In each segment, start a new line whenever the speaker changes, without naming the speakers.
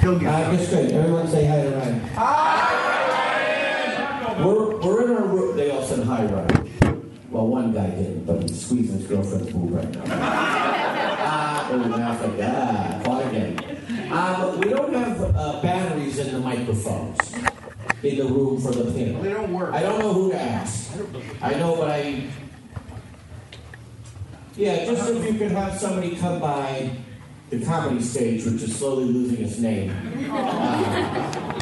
He'll get Ah! All right, that's great. Uh, Everyone say hi to Ryan. Hi! We're, we're in our room. They all said hi, Ryan. Well, one guy didn't, but he's squeezing his girlfriend's boob right now. Ah, and the mouth like, ah, caught again. Um, we don't have uh, batteries in the microphones in the room for the panel. They don't work. I don't know who to ask. I know, but I yeah, just if you could have somebody come by the comedy stage, which is slowly losing its name. Uh,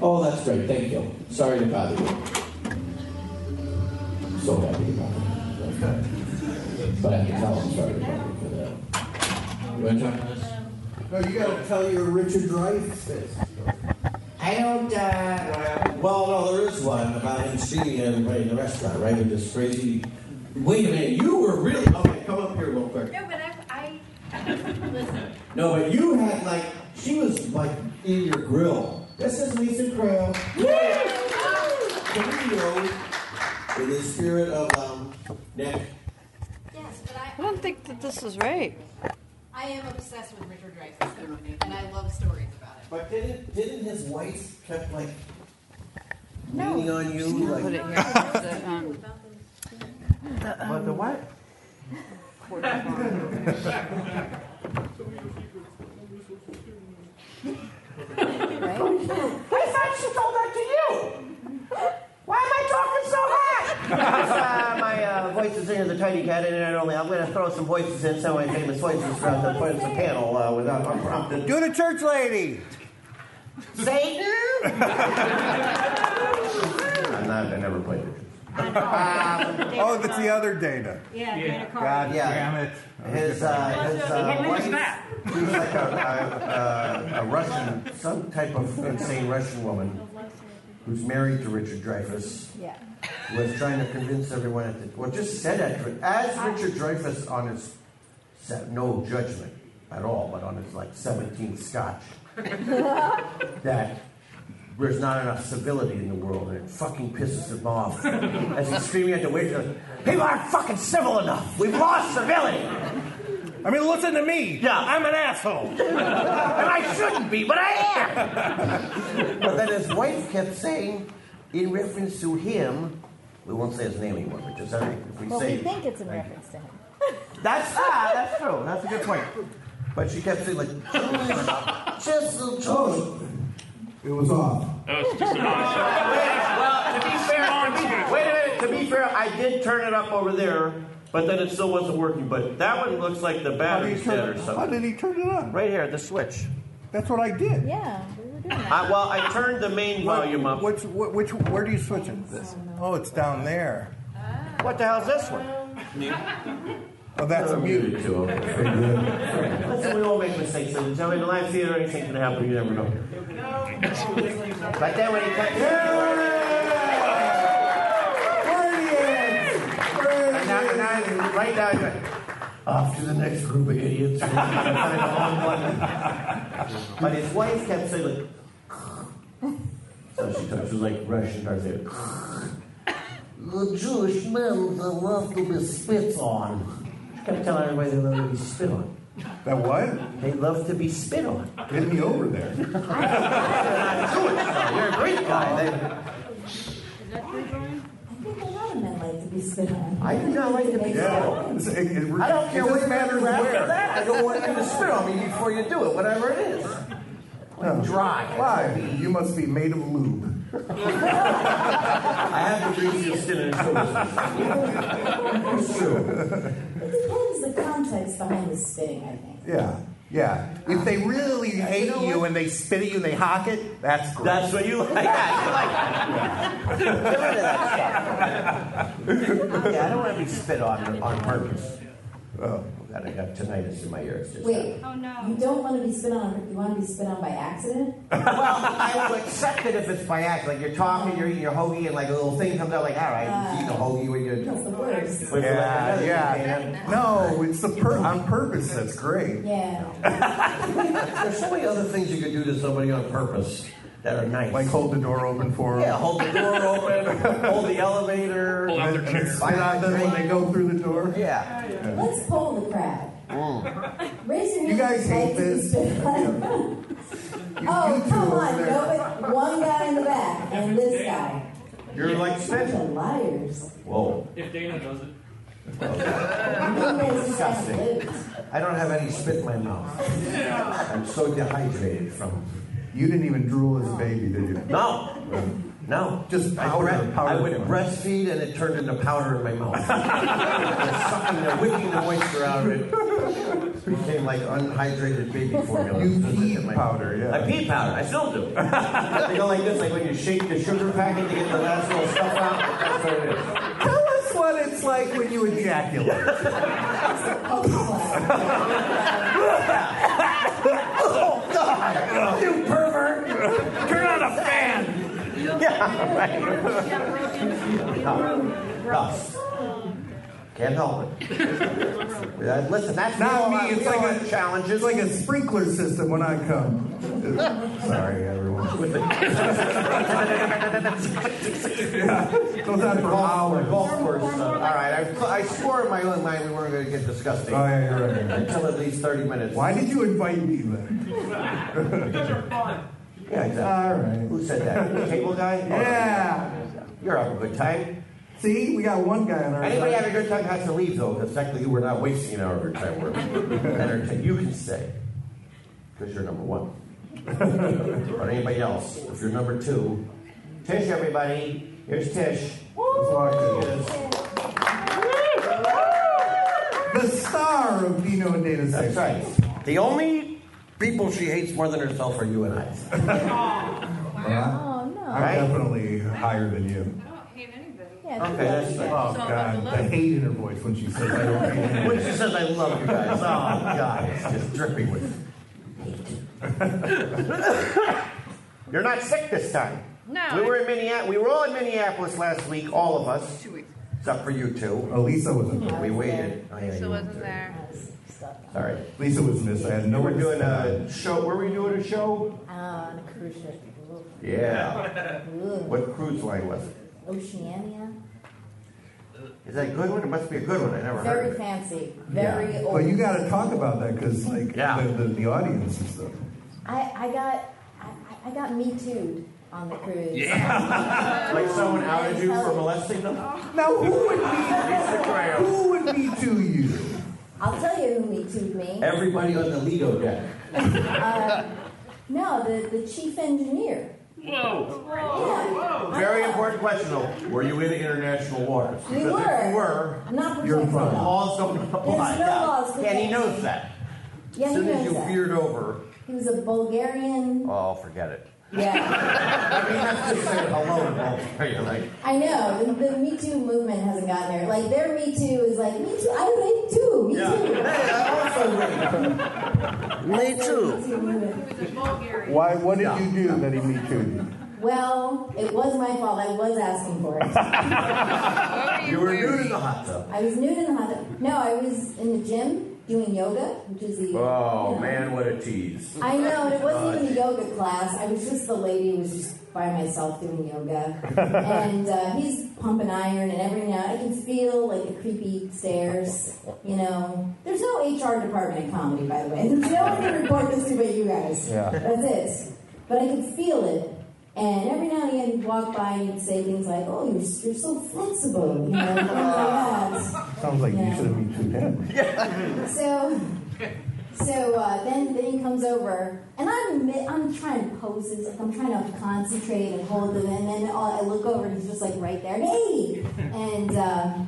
oh, that's great. Thank you. Sorry to bother you. So happy about it. But I have to tell him sorry to bother you for that. You want to talk to us?
No, you gotta tell your Richard Rice this.
I don't. Uh, well, no, there is one about him cheating everybody in the restaurant, right? With this crazy. Wait a minute, you were really. Okay, come up here real quick.
No, but I, I listen.
No, but you had like she was like in your grill. This is Lisa Krill. Camilo, in the spirit of um, Nick.
Yes, but I,
I don't think that this is right.
I am obsessed with Richard Dreyfuss Company, and I love stories about it.
But didn't didn't his wife kept like
No.
leaning on you like?
Put it here. The, um,
But the what?
quarter farm.
I thought she told that to you! Why am I talking so hot? my uh, voice is in the tiny cat, and I only I'm gonna throw some voices in, some of my famous voices throughout the point of the panel uh, without unprompted. Do the church lady! Satan? I'm not, I never played it.
Oh, that's the other Dana.
Yeah,
God
Yeah.
damn it.
His, uh, his uh, wife, she was like a, a, a, a Russian, some type of insane Russian woman who's married to Richard Dreyfuss. Yeah. Was trying to convince everyone at the well, just said that to- as Richard Dreyfuss on his set, no judgment at all, but on his like 17th scotch, that there's not enough civility in the world, and it fucking pisses him off. As he's screaming at the waiter, like, people aren't fucking civil enough. We've lost civility.
I mean, listen to me.
Yeah.
I'm an asshole.
and I shouldn't be, but I am. but then his wife kept saying, in reference to him, we won't say his name anymore, but just every- if we
Well,
say
we think it's in reference to him.
that's ah, that's true. That's a good point. But she kept saying like, just a choice. It was off. Well, to be fair, to be, wait a minute. To be fair, I did turn it up over there, but then it still wasn't working. But that one looks like the
How did
battery's
he
dead
turn,
or
how
something.
did he turn it on?
Right here, the switch.
That's what I did.
Yeah, we were doing that.
I, well, I turned the main volume up.
Which, wh- which, where do you switch it? This. Oh, it's down there.
What the hell's this one?
Oh, that's muted.
Listen, we all make mistakes. And I mean, live theater, anything can happen. You never know. But then when he comes, And now, and now, and right now, you're like, off to the next group of idiots. but his wife kept saying, like, so she talks, she was like Russian, starts saying, the Jewish men that love to be spit on. She kept telling everybody they love to be spit on.
That what?
They love to be spit on.
Get me over there.
You're a great guy. They,
I think a lot of men like to be spit on.
I do not like to be spit on.
Yeah. It's- It, it,
I don't care
it
what
doesn't matter
matters after
where.
that. I don't want you to spit on me before you do it, whatever it is. Like dry.
Why? You must be made of lube.
I have the greasiest skin in It's true.
It depends the context behind the spitting, I think.
Yeah. Yeah. If they really hate you, and they spit at you and they hock it, that's great.
That's what you like. Yeah, you like. Get rid of that stuff. Yeah, I don't want to be spit on on purpose.
oh,
that I got tinnitus in my ears. just uh, now.
Wait.
Oh, no.
You don't want to be spit on. You want to be spit on by accident?
Well, I will accept it if it's by accident. Like you're talking, you're eating your hoagie, and like a little thing comes out. Like, all right,
You know, hoagie when you're.
That's the worst.
when you're like,
Yeah,
"Oh,
yeah.
man."
no, it's the per- on purpose. That's great.
Yeah.
There's so many other things you could do to somebody on purpose that are nice.
Like hold the door open for them.
yeah, hold the door open, hold the elevator.
Pull out their
And
chair.
spit on them when they go through the door.
Yeah.
Let's poll the crowd. Raise your hand.
You guys
if you'd
hate
like to be
this.
spit on. oh,
you two
come
over
on.
there.
Nobody, one guy in the back and this guy.
You're like
Bunch
Santa.
of liars.
Whoa.
If Dana does it,
You guys just have to
Disgusting.
lose.
I don't have any spit in my mouth. I'm so dehydrated from.
You didn't even drool as a baby, did you?
No. No.
Just
I
powder,
bre-
powder.
I would breastfeed and it turned into powder in my mouth. Sucking the whipping the moisture out of it. Became like unhydrated baby formula.
You
Just
pee
in my-
powder, yeah.
I pee powder. I still do. they go like this, like when you shake the sugar packet to get the last little stuff out. That's what it is.
Tell us what it's like when you ejaculate.
Oh, wow.
You pervert! Turn on a fan! Yeah, right. No. Can't help it. Yeah, Listen, that's
Not
we all
me.
have-
It's
we all
like
have
a challenge.
challenges.
It's like a sprinkler system when I come. Sorry, everyone. Goes on for
Golf,
hours.
golf course stuff. All right, I, I swore in my own mind we weren't going to get disgusting
Oh, yeah, you're right.
until at least thirty minutes.
Why did you invite me then?
you guys are fun.
Yeah, exactly.
All right.
Who said that? The cable guy?
Yeah.
You're having a good time.
See, we got one guy on our
Anybody
side.
having a good time has to leave though, because technically we're not wasting an hour of your time. We're entertaining. You can stay because you're number one. or anybody else, if you're number two, Tish, everybody. Here's Tish.
Let's walk in. The star of Dino and Dana
That's
Six.
right. The only people she hates more than herself are you and I.
Oh, no.
Uh-huh. I'm
Right?
definitely higher than you.
I don't hate anybody.
Okay, that's
Oh
right.
God, the hate in her voice when she says I don't hate
When
anybody.
she says I love you guys, oh God, it's just dripping with hate. You're not sick this time.
No.
We were in Minneapolis. We were all in Minneapolis last week, all of us,
Two weeks.
except for you two.
Elisa wasn't. there.
We waited. Oh, yeah,
Lisa
you
wasn't
weren't
there.
Sorry.
Lisa was missed. I had no.
We were doing uh,
respect.
a show. Were we doing a show?
On a cruise ship.
Yeah.
Ugh.
What cruise line was it?
Oceania.
Is that a good one? It must be a good one. I never heard
Very
of it.
fancy. Very
Yeah.
old.
But you got to talk about that because, like,
Yeah.
the, the, the audience and stuff.
I, I got I, I- I got me too'd on the cruise.
Like someone outed you for molesting them?
Oh.
Now, who would be? who would be to you?
I'll tell you who me too'd me.
Everybody on the Lido deck.
No, the, the chief engineer.
Whoa!
Yeah.
Very important question though. Were you in international waters?
We
Because
were.
If you were,
I'm not
you're
protected.
from laws don't apply.
no laws
Yeah, and he
protecting.
knows that.
Yeah,
as
he
soon as
knows
you
that.
veered over,
He was a Bulgarian.
oh, forget it.
Yeah,
I mean, that's just saying hello to Bulgaria. Like,
I know. The, the Me Too movement hasn't gotten there. Like their Me Too is like Me Too. I rape too. Me
yeah. Hey,
Too.
I'm also ready. Me
Me Too movement.
It was a Bulgarian.
Why? What did you do that he me too?
Well, it was my fault. I was asking for it.
You were new to the hot tub.
I was nude in the hot tub. No, I was in the gym doing yoga, which is the. you
Oh
know.
man, what a tease.
I know, and it wasn't even a yoga class. I was just the lady who was just by myself doing yoga. and uh, he's pumping iron, and every now I can feel like the creepy stairs. You know, there's no HR department in comedy, by the way. There's no one to report this to but you guys.
Yeah.
That's it. But I could feel it. And every now and again, he'd walk by and he'd say things like, "Oh, you're, you're so flexible," you know, things like that.
Sounds like you
Yeah.
should have me too him.
So, so uh, then then he comes over, and I'm mi- I'm trying to poses, like I'm trying to concentrate and hold them, and then all, I look over and he's just like right there, hey, and. Uh,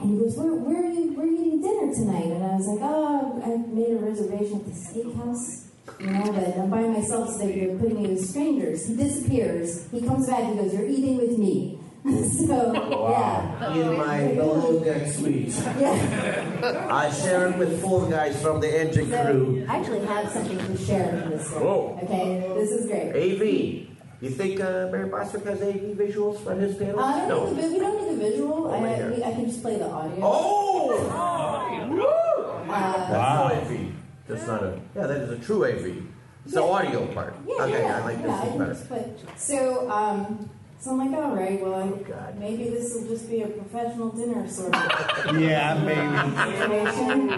and he goes, where, where are you? We're eating dinner tonight. And I was like, oh, I made a reservation at the steakhouse, you know, but I'm by myself, so that you're putting me with strangers. He disappears. He comes back. He goes, you're eating with me. so yeah,
In my below deck suite.
yeah.
I share it with four guys from the engine
So
crew.
I actually have something to share with this. thing.
Whoa.
Okay, this is great.
AV. You think uh, Mary Bostwick has AV visuals for his panel?
I don't
no.
need the, vi- we Um, don't need the visual. I,
Over here.
I, I can just play the audio.
Oh!
Uh,
That's not AV. That's not a. Yeah, that is a true AV. It's the
Yeah.
audio part.
yeah,
okay,
yeah,
I like
yeah,
this
I
one
can
better.
just put- so, um, so I'm like, all right, well, I,
Oh, God.
maybe this will just be a professional dinner sort of
Yeah, maybe.
situation.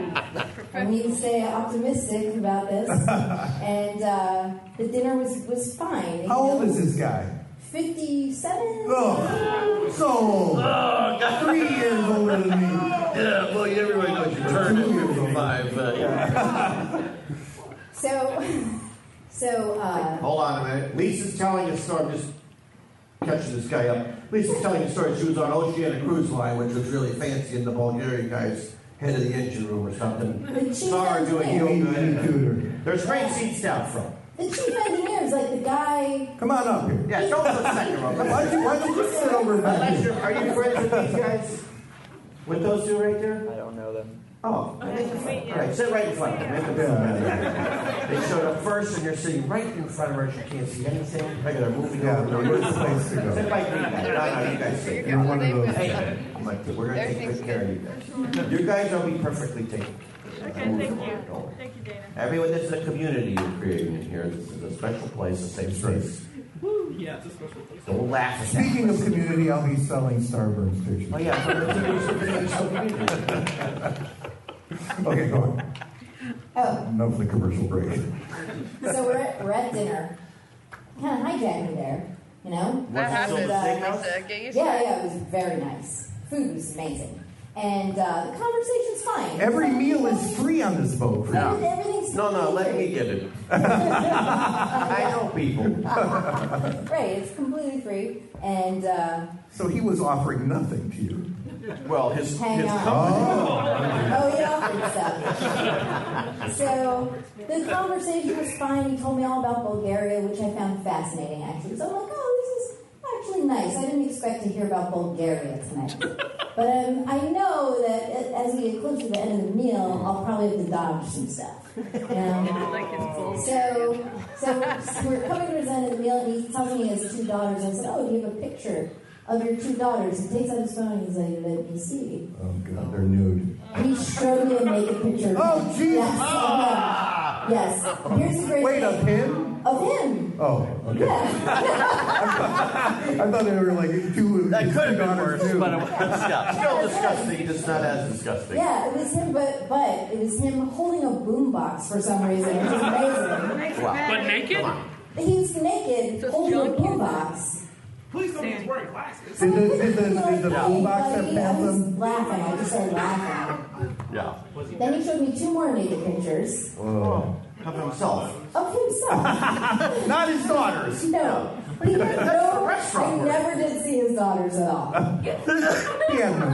I need to stay optimistic about this. and uh, the dinner was, was fine.
How old is this guy?
57?
Oh, so old. Three years older than me.
Yeah, well, everybody knows you turn at 55. Uh, yeah.
So, so, uh,
Hold on a minute. Lisa's telling a story. I'm just catching this guy up. Lisa's telling a story. She was on Oceanic Cruise Line, which was really fancy, and the Bulgarian guy's head of the engine room or something.
the chief
Sorry, doing
engineer,
you
Amy Tudor.
There's great seats down front.
the chief engineer is like the guy
Come on up here.
Yeah, show us the second row. Come
Why'd
on.
you, why'd you just sit over back
Unless
here?
you're, are you friends with these guys? With those two right there? I don't know them. Oh, all right, sit right in front of them. Make them feel better. They showed up first, and you're sitting right in front of her. She can't see anything. Like they're moving
Yeah,
over.
where's the place to
Sit
go?
by me. No, no, you guys sit.
You're one of those.
Hey, I'm like, we're gonna take good care of you guys. You guys will be perfectly taken. Okay, thank you.
Thank you, Dana.
Everyone, this is a community you're creating in here. This is a special place, a safe space.
Yeah, it's a special place.
Don't laugh at that.
Speaking of community, I'll be selling Starburns pictures.
Oh, yeah. so it's a- it's a community.
Okay, go on.
Oh.
Enough of the commercial break.
So we're at, we're at dinner. Kind of hijacked me there, you know?
That happens.
And, uh,
Lisa, get used to
yeah,
it.
yeah, it was very nice. Food was amazing. And uh, the conversation's fine.
Every meal is free on this boat.
So everything- everything's
No, no, let me get it. I know people.
Right, it's completely free. And uh,
So he was offering nothing to you.
Well, his, his
Hang on.
company.
oh, he offered stuff. so the conversation was fine. He told me all about Bulgaria, which I found fascinating, actually. So I'm like, oh, this is actually nice. I didn't expect to hear about Bulgaria tonight. But um, I know that a- as we get closer to the end of the meal, I'll probably have to dodge some stuff. You know?
Like it's bull.
So, so, so we're coming to the end of the meal, and he's telling me he has two daughters. I said, "Oh, do you have a picture of your two daughters?" He takes out his phone and he's like, "Let me see."
Oh, God, they're nude.
He showed me a naked picture. Of
Oh,
him.
Jesus.
Yes. of him. Yes. Here's the great
Wait,
thing.
a pin?
Of him.
Oh, okay.
Yeah.
I thought they were like two.
That could have been
daughters
worse,
nude.
but it was yeah, still disgusting, just not as disgusting.
yeah, it was him, but but it was him holding a boombox for some reason. It was amazing.
But naked?
He was naked holding a boombox.
Please tell me he's wearing glasses.
Did the, did the, did the
Like,
boombox have
buddy, I was
phantom?
laughing. I just started laughing.
Yeah.
Then he showed me two more naked pictures
Of himself.
of himself.
Not his daughters.
No. He had
the
no, I
restaurant
never did see his daughters at all.
He had no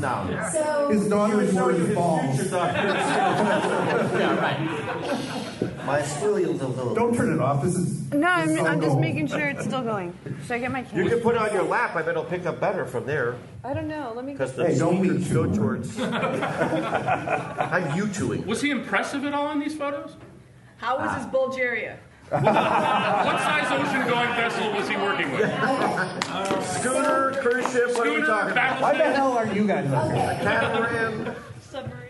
daughters.
No.
So
His daughters were his balls.
Future doctor. yeah, right. My squilly little little.
Don't turn it off. This is.
No,
this is
I'm,
all
I'm just
gold.
making sure it's still going. Should I get my
You
camera?
can put it on your lap. I bet it'll pick up better from there.
I don't know. Let me.
Because the
Hey, don't be
sneakers go
chewing.
towards. I'm you chewing.
Was he impressive at all in these photos?
How was this Bulgaria?
What size ocean-going vessel was he working with?
Scooter, cruise ship, what are you
Schooner,
talking about?
Why the
battleship?
hell are you guys up here?
okay.
Catamaran.
Submarine.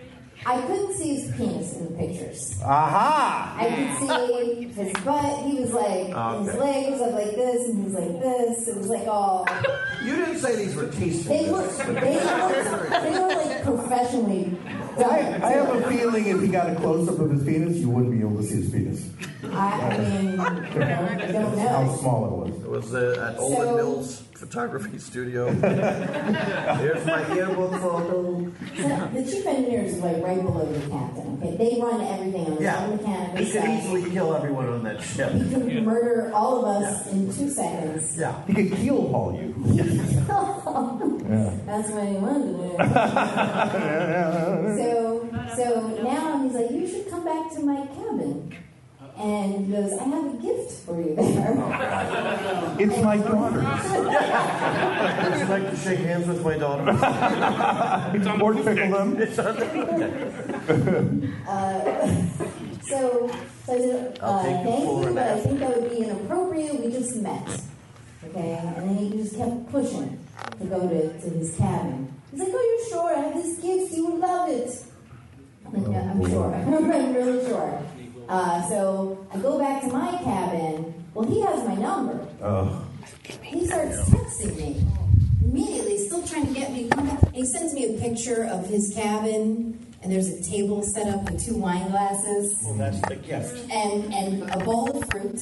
I couldn't see his penis in the pictures.
Ah.
Aha!
I could see his butt. He was like, his
Ah, Okay.
leg was up like this, and he was like this. It was like all.
You didn't say these were
They
tasteful.
were, they were, they were like professionally
I,
done.
I have a feeling if he got a close up of his penis, you wouldn't be able to see his penis.
I, I mean, I don't
How
know.
small it was.
It was uh, at Olin
So-
Mills Photography Studio. Here's my yearbook photo.
So the chief engineer is like right below the captain. Okay, they run everything on their own mechanical
He could
side.
easily kill everyone on that ship.
He could murder all of us in two seconds.
Yeah.
He could keel haul you.
That's what he wanted to do. So, so now he's like, you should come back to my cabin. And and he goes, I have a gift for you there.
It's my daughter.
Would you like to shake hands with my daughter?
or tickle them?
Uh, so, so I said, uh,
I'll take you
thank
for
you,
an
but I
ass.
think that would be inappropriate. We just met. Okay? And then he just kept pushing to go to, to his cabin. He's like, oh, you're sure? I have this gift. You would love it. I'm like, yeah, I'm sure. I'm really sure. Uh, so I go back to my cabin. Well, he has my number.
Oh.
He starts texting me immediately, still trying to get me. He sends me a picture of his cabin, and there's a table set up with two wine glasses
Well, that's the gift.
and and a bowl of fruit,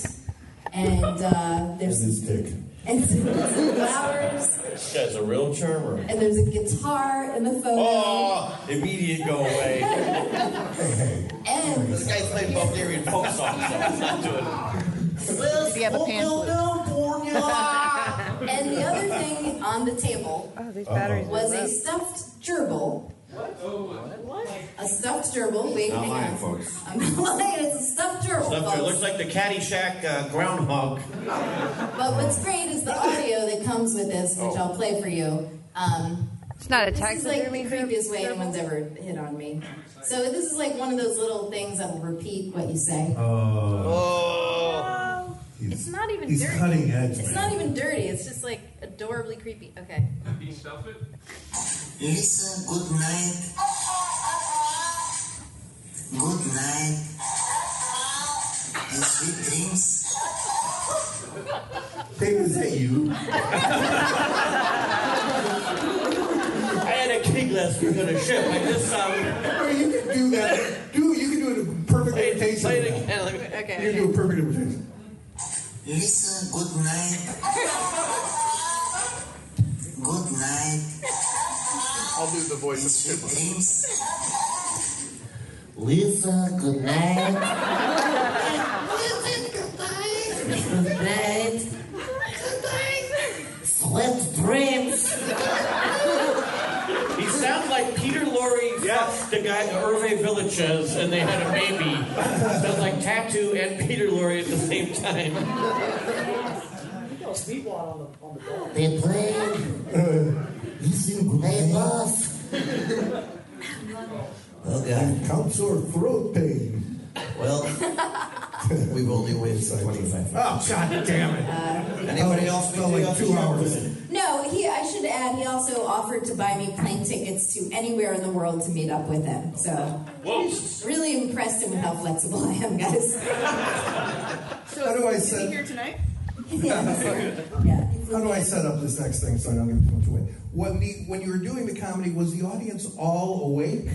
and uh, there's
his dick.
and some flowers,
This guy's a real charmer.
and there's a guitar in the photo.
Oh, immediate go away.
And
This guy's playing Bulgarian folk songs, so he's not doing it.
Well,
you have a pamphlet?
and the other thing on the table
Oh, these batteries.
was a stuffed gerbil. A stuffed gerbil. Wait,
Not
hang
mine,
on.
folks.
I'm not lying. It's a stuffed gerbil.
Stuff- It
folks.
looks like the Caddyshack uh, groundhog.
But what's great is the audio that comes with this,
Oh.
which I'll play for you. Um,
It's not a
this is
taxidermy.
like the creepiest way anyone's ever hit on me. So this is like one of those little things that will repeat what you say.
Oh.
It's not even
He's
dirty.
cutting edge,
It's
man.
not even dirty. It's just like adorably creepy. Okay.
He stuff it?
Listen, good night. Good night. And sweet dreams.
Dave, is that you?
I had a cake last week on a ship. I just um,
Hey, you can do that. Do you can do it in perfect
played,
imitation.
played it again. Let me-
You
Okay.
can do a perfect imitation.
Listen, good night. Good night.
I'll do the voice
And sweet
of
dreams. Listen, good night. Listen, good night. Good night. Good night. Sweet dreams.
he sounds like Peter Lorre fucked the guy the Hervé Villages, and they had a baby. Sounds like Tattoo and Peter Lorre at the same time.
They play. Listen, good night, boss. Oh, God.
Come sore throat pain.
Well, we've only waited 25
Oh, god damn it.
Uh,
Oh,
Anybody else?
Felt like two hours.
No, he. I should add. He also offered to buy me plane tickets to anywhere in the world to meet up with him. So
Whoa.
really impressed him with how flexible I am, guys.
So
How do I
is he
send-
here tonight?
yeah. yeah.
How do I set up this next thing so I don't give too much away? When the when you were doing the comedy, was the audience all awake?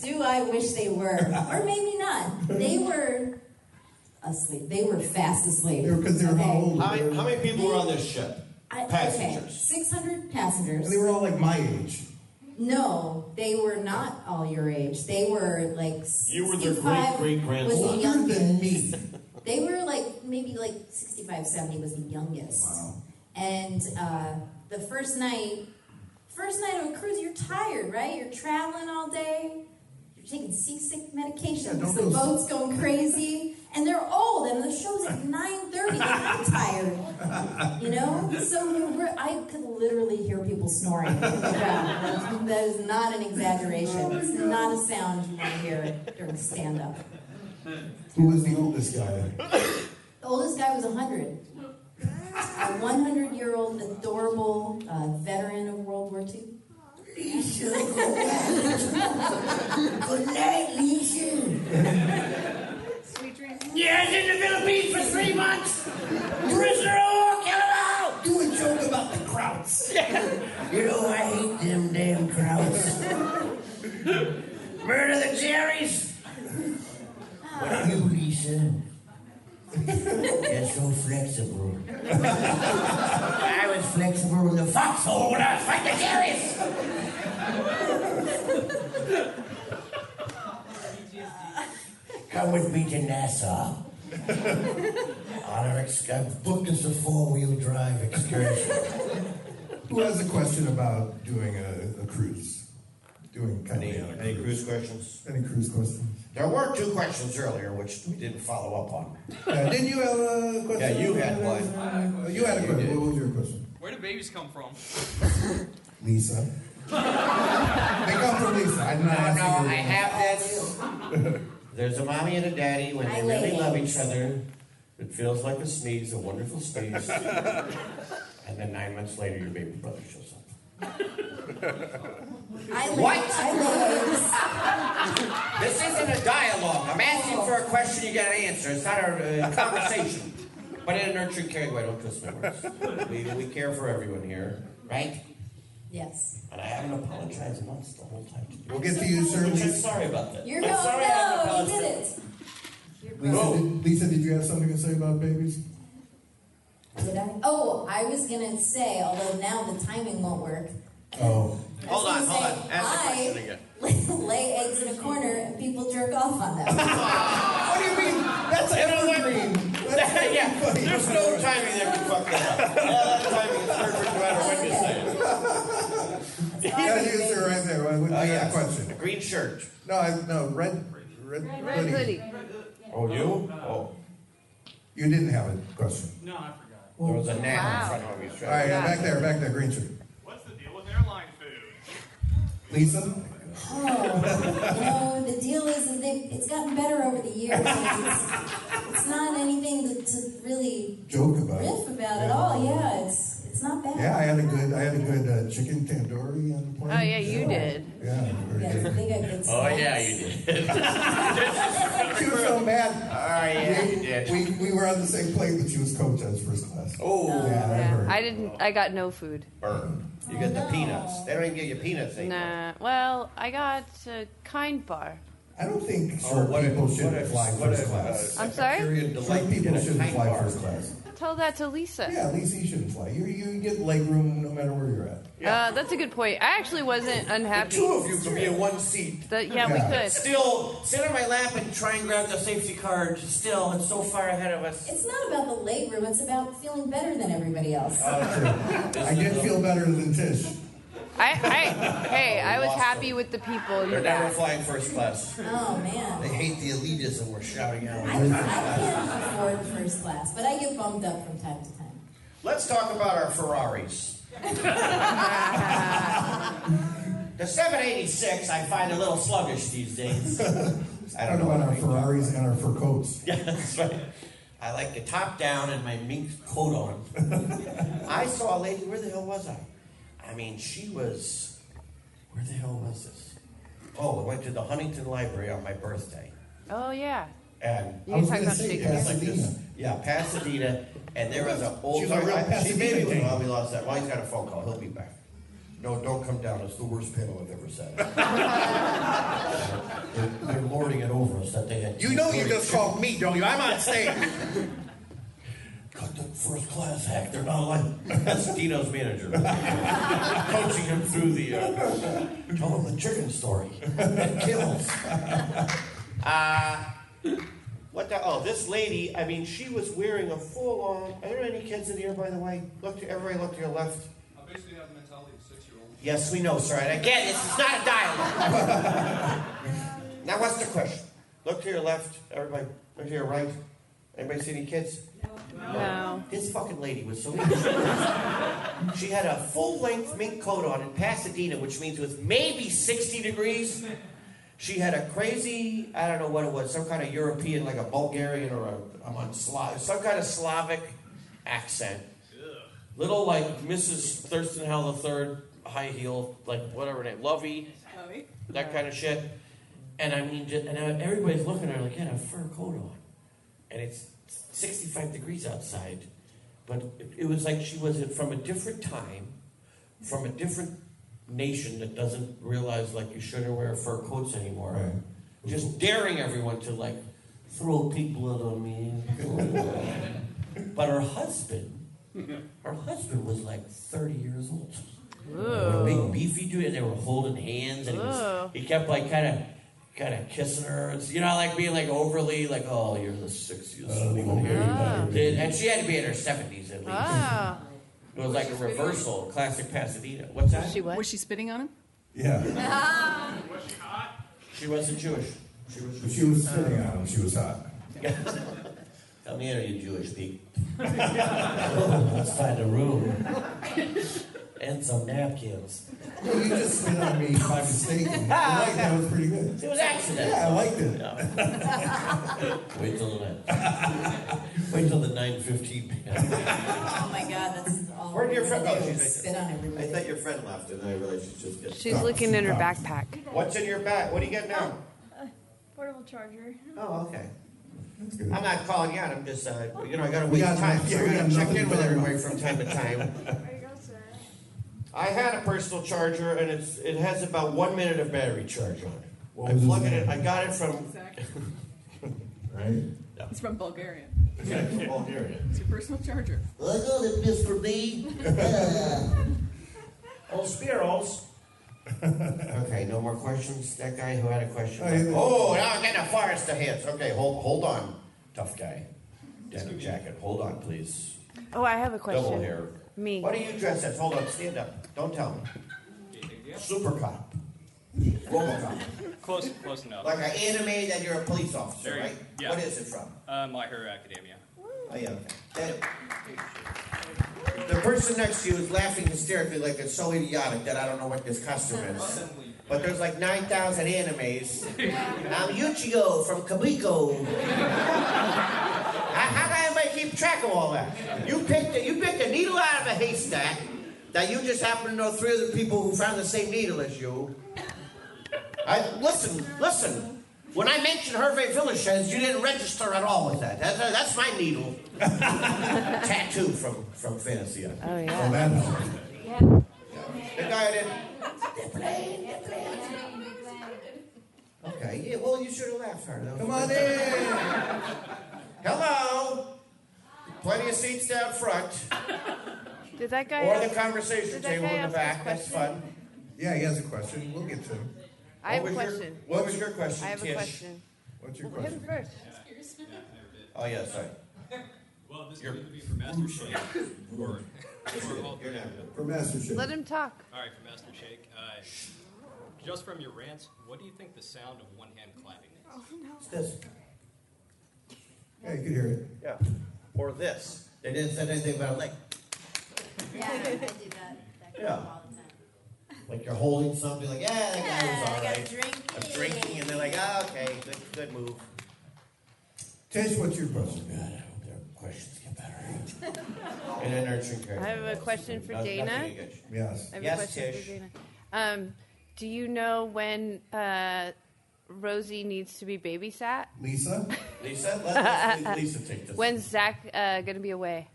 Do I wish they were, or maybe not? They were asleep. They were fast asleep.
They were because they were how old?
How many, how many people were on this ship?
I- Okay,
Passengers.
six hundred passengers.
And they were all like my age.
no, they were not all your age. They were like
You were their
65
great-great-grandson.
Was the
Older than
youngest.
me.
They were like maybe like 65, 70 was the youngest.
Wow.
And uh, the first night, first night of a cruise, you're tired, right? You're traveling all day. You're taking seasick medication
Yeah, don't
because the
go-
boat's going crazy. And they're old, and the show's at 9.30, and I'm tired, you know? So you were, I could literally hear people snoring. in the crowd. That's- That is not an exaggeration. It's not a sound you want to hear during stand-up.
Who was the oldest guy?
The oldest guy was 100. A 100 year old, adorable uh, veteran of World War II.
Good night, Legion.
Sweet dreams.
Yeah, I was in the Philippines for three months. Prisoner of war, kill him out.
Do a joke about the Krauts. You know, I hate them damn Krauts.
Murder the Jerrys.
What are you, Lisa? You're so flexible. I was flexible in the foxhole when I was fighting the Jerry's. Come with me to Nassau. On our ex- I've booked us a four-wheel drive excursion.
Who has a question about doing a, a cruise? doing comedy.
Any, any cruise questions?
Any cruise questions?
There were two questions earlier, which we didn't follow up on.
Yeah, didn't you have a question?
Yeah, you had one.
Oh, you had a
You
question.
did.
What was your question?
Where do babies come from?
Lisa. they come from Lisa. I'm not
No,
asking
no,
you.
I have this. There's a mommy and a daddy when
I
they really
like
love
it.
each other. It feels like a sneeze, a wonderful sneeze. and then nine months later, your baby brother shows up.
I
What?
like, I like this.
This isn't a dialogue. I'm asking for a question you gotta answer. It's not a uh, conversation. But in a nurturing, caring way, don't twist my words. We, we care for everyone here, right?
Yes.
And I haven't apologized once the whole time.
We'll get to you, sir.
Which I'm sorry about that.
You're
I'm
going,
sorry I haven't
no,
apologized.
you did it.
Lisa did, Lisa, did you have something to say about babies?
Did I? Oh, I was going to say, although now the timing won't work.
Oh.
Hold on, hold on. Ask the question again. Lay eggs in a corner and people jerk off on them.
What do you mean? That's
You know what?
evergreen. yeah, there's no timing that can fuck that up. Yeah, that timing is perfect no matter what you say.
Yeah, you, sir, right there. Why wouldn't
Oh,
you
yeah.
have a question?
A green shirt.
No, I, no, red, red,
Red hoodie.
Oh, you? Oh.
You didn't have a question.
No, I forgot.
There was a gnat
Wow.
in front of me.
All right, yeah, back there, back there, green shirt.
What's the deal with airline food?
Lisa?
Oh, no, the deal is that they- it's gotten better over the years. It's, it's not anything to, to really
Joke about it.
riff about at all. Yeah, it's it's not bad.
Yeah, I had a good, I had a good uh, chicken tandoori on the plane.
Oh, yeah, you did.
Yeah, very
Yeah, I
good.
think I could
Oh, yeah, you did.
She was so mad.
All right, Oh, yeah, you did.
We, we were on the same plane, but she was coach on first class.
Oh,
yeah, that hurt.
I didn't. I got no food.
Burn. You got the peanuts. They don't even give you peanuts anymore.
Nah. Well, I got a kind bar.
I don't think
Oh,
short
what if-
people
what
shouldn't
if-
fly
what
first
if, uh,
class.
I'm sorry?
Period
Short
delight in
people
a
shouldn't
pint
fly
bar.
first class.
Tell that to Lisa.
Yeah, at least you shouldn't fly. You, you get leg room no matter where you're at.
Uh, that's a good point. I actually wasn't unhappy.
Two of you could be in one seat.
That- yeah, we
Yeah.
could.
Still, sit on my lap and try and grab the safety card. Still, it's so far ahead of us.
It's not about the late room. It's about feeling better than everybody else.
Oh.
I did feel better than Tish.
I, I, hey, I was
Lost
happy with the people. You
They're never
got.
flying first class.
Oh man,
They hate the elitism we're shouting out.
afford first class, but I get bummed up from time to time.
Let's talk about our Ferraris. the 786 I find a little sluggish these days. I
Talk
don't know.
about our Ferraris and our fur coats.
Yeah, that's right. I like the top down and my mink coat on. I saw a lady, where the hell was I? I mean, she was, where the hell was this? Oh, I went to the Huntington Library on my birthday.
Oh yeah.
And
You can I was talk gonna about say Shakespeare.
It was like this- yeah, Pasadena. And there was an old.
She's a real
I- she maybe was
Pasadena
well, we lost that. Well, he's got a phone call. He'll be back. No, don't come down. It's the worst panel I've ever sat. at. they're, they're lording it over us that they had.
You know you just called me, don't you? I'm on stage.
Cut the first class hack. They're not like that's Dino's manager coaching him through the. Uh, tell him the chicken story. It kills. Uh, what the? Oh, this lady. I mean, she was wearing a full-on. Are there any kids in here, by the way? Look to everybody. Look to your left.
I basically have the mentality of a six-year-old.
Yes, we know, sir. And again, this is not a dialogue. now, what's the question? Look to your left, everybody. Look to your right. Anybody see any kids? No. This fucking lady was so. she had a full-length mink coat on in Pasadena, which means it was maybe 60 degrees. She had a crazy, I don't know what it was, some kind of European, like a Bulgarian or a, I'm on Slav, some kind of Slavic accent. Little like Mrs. Thurston Howell III, high heel, like whatever name, Lovey, that kind of shit. And I mean, just, and I- everybody's looking at her like, yeah, a fur coat on. And it's 65 degrees outside. But it- it was like she was from a different time, from a different nation that doesn't realize like you shouldn't wear fur coats anymore. Just daring everyone to like throw pig blood on me. but her husband, her husband was like 30 years old. With a big beefy dude, and they were holding hands, and he, was, he kept like kind of. Kind of kissing her, It's, you know, like being like overly, like, oh, you're the sexiest
Uh,
woman here. Did- And she had to be in her 70s at least.
Ah.
It was like a reversal, classic Pasadena. What's that?
She what?
Was she spitting on him?
Yeah.
Ah.
She wasn't Jewish. She was.
She was sitting on him. She was hot.
Tell me, are you Jewish, Pete? Let's find a room and some napkins.
No, you just spit on me by mistake. And I like that was pretty good.
It was accident.
Yeah, I liked it.
Wait till the Wait till the nine fifteen.
Oh my God, that's all.
Where'd your friend go? She's right
Spit on
I
everybody.
thought your friend left, and then I realized she's just. getting-
She's looking in her backpack.
What's in your bag? What do you got now?
Portable charger.
Oh, okay. I'm not calling you out. I'm just, uh, you know, I gotta
We got
waste time.
enough-
So
yeah,
I
we
gotta
got
check
nothing
in
to
with
worry about.
everybody from time to time. I had a personal charger, and it's it has about one minute of battery charge on it. I
was
plug
his
it in. I
name?
got it from.
Right?
It's from Bulgaria.
Yeah, from Bulgaria.
It's your personal charger.
I got it, Mr. B. Old Spiros. okay, no more questions. That guy who had a question.
Oh, yeah.
Oh, now I'm getting a forest of hands. Okay, hold hold on, tough guy, denim jacket. Hold on, please.
Oh, I have a question.
Double hair.
Me.
What do you dress as? Hold up, stand up. Don't tell me. Super cop. Robocop.
Close, close enough.
Like an anime that you're a police officer,
There you-
right?
yeah.
What is it from?
Uh, My Hero Academia.
Oh, yeah. okay. That- the person next to you is laughing hysterically like it's so idiotic that I don't know what this costume is. But there's like 9,000 animes. I'm Yuchigo from Kabiko. How how can anybody keep track of all that? You picked a, you picked a needle out of a haystack that you just happen to know three other people who found the same needle as you. I, listen, listen. When I mentioned Hervé Villachez, you didn't register at all with that. That's, that's my needle tattoo from from Fantasy. Oh
yeah.
Oh, that helped.
The guy that. Okay. Yeah. Well, you should have laughed harder. Come on in. Hello. Plenty of seats down front,
Did that guy?
or
ask-
the conversation
did that
table
guy
in the
ask
back.
this
That's
question?
fun.
Yeah, he has a question. We'll get to him.
I have
What
a
was your-
question.
what was your question,
I have
Tish?
a question.
What's your
Well,
question?
Him first.
Oh yeah. Sorry.
Well, this would be for Master Shake. or, or all three of you.
For mastership.
Let him talk.
All right, for Master Shake. Uh, just from your rants, what do you think the sound of one hand clapping is?
Oh no.
This.
Yeah, you could hear it.
Yeah. Or this. They didn't say anything about like
Yeah, I do that.
Yeah. Like you're holding something, like, yeah, that guy was all right. I'm drinking, and they're like, ah, okay, good, good move.
Tish, what's your question?
Questions get better. And then they're drinking.
I have a question for
Nothing
Dana.
against you.
Yes.
I have
Yes,
a question
Tish.
for Dana. Um, do you know when uh, Rosie needs to be babysat?
Lisa?
Lisa, let- let's let Lisa take this.
When's Zach uh, gonna be away?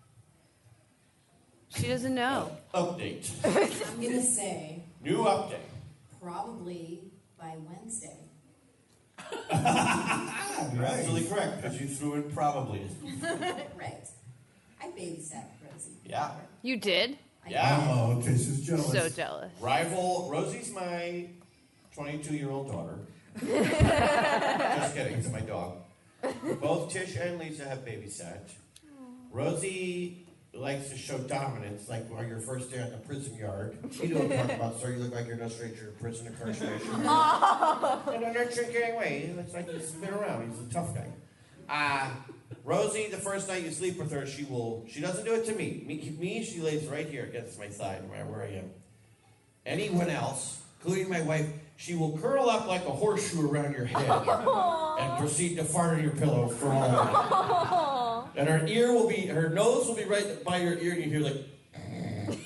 She doesn't know.
Update.
I'm gonna say
New update.
probably by Wednesday.
You're absolutely correct, because you threw in probably.
Right. I babysat Rosie.
Yeah.
You did?
Yeah.
Oh, Tish is jealous.
So jealous.
Rival, Rosie's my 22 year old daughter. Just kidding, it's my dog. Both Tish and Lisa have babysat. Rosie likes to show dominance, like on your first day on the prison yard. You don't talk about, sir, you look like you're no stranger to prison incarceration. And I'm not drinking anyway. He looks like he's been around. He's a tough guy. Uh, Rosie, the first night you sleep with her, she will. She doesn't do it to me. Me, me she lays right here against my side, no matter where I am. Anyone else, including my wife, she will curl up like a horseshoe around your head and proceed to fart on your pillow for all night. And her ear will be, her nose will be right by your ear, and you hear like,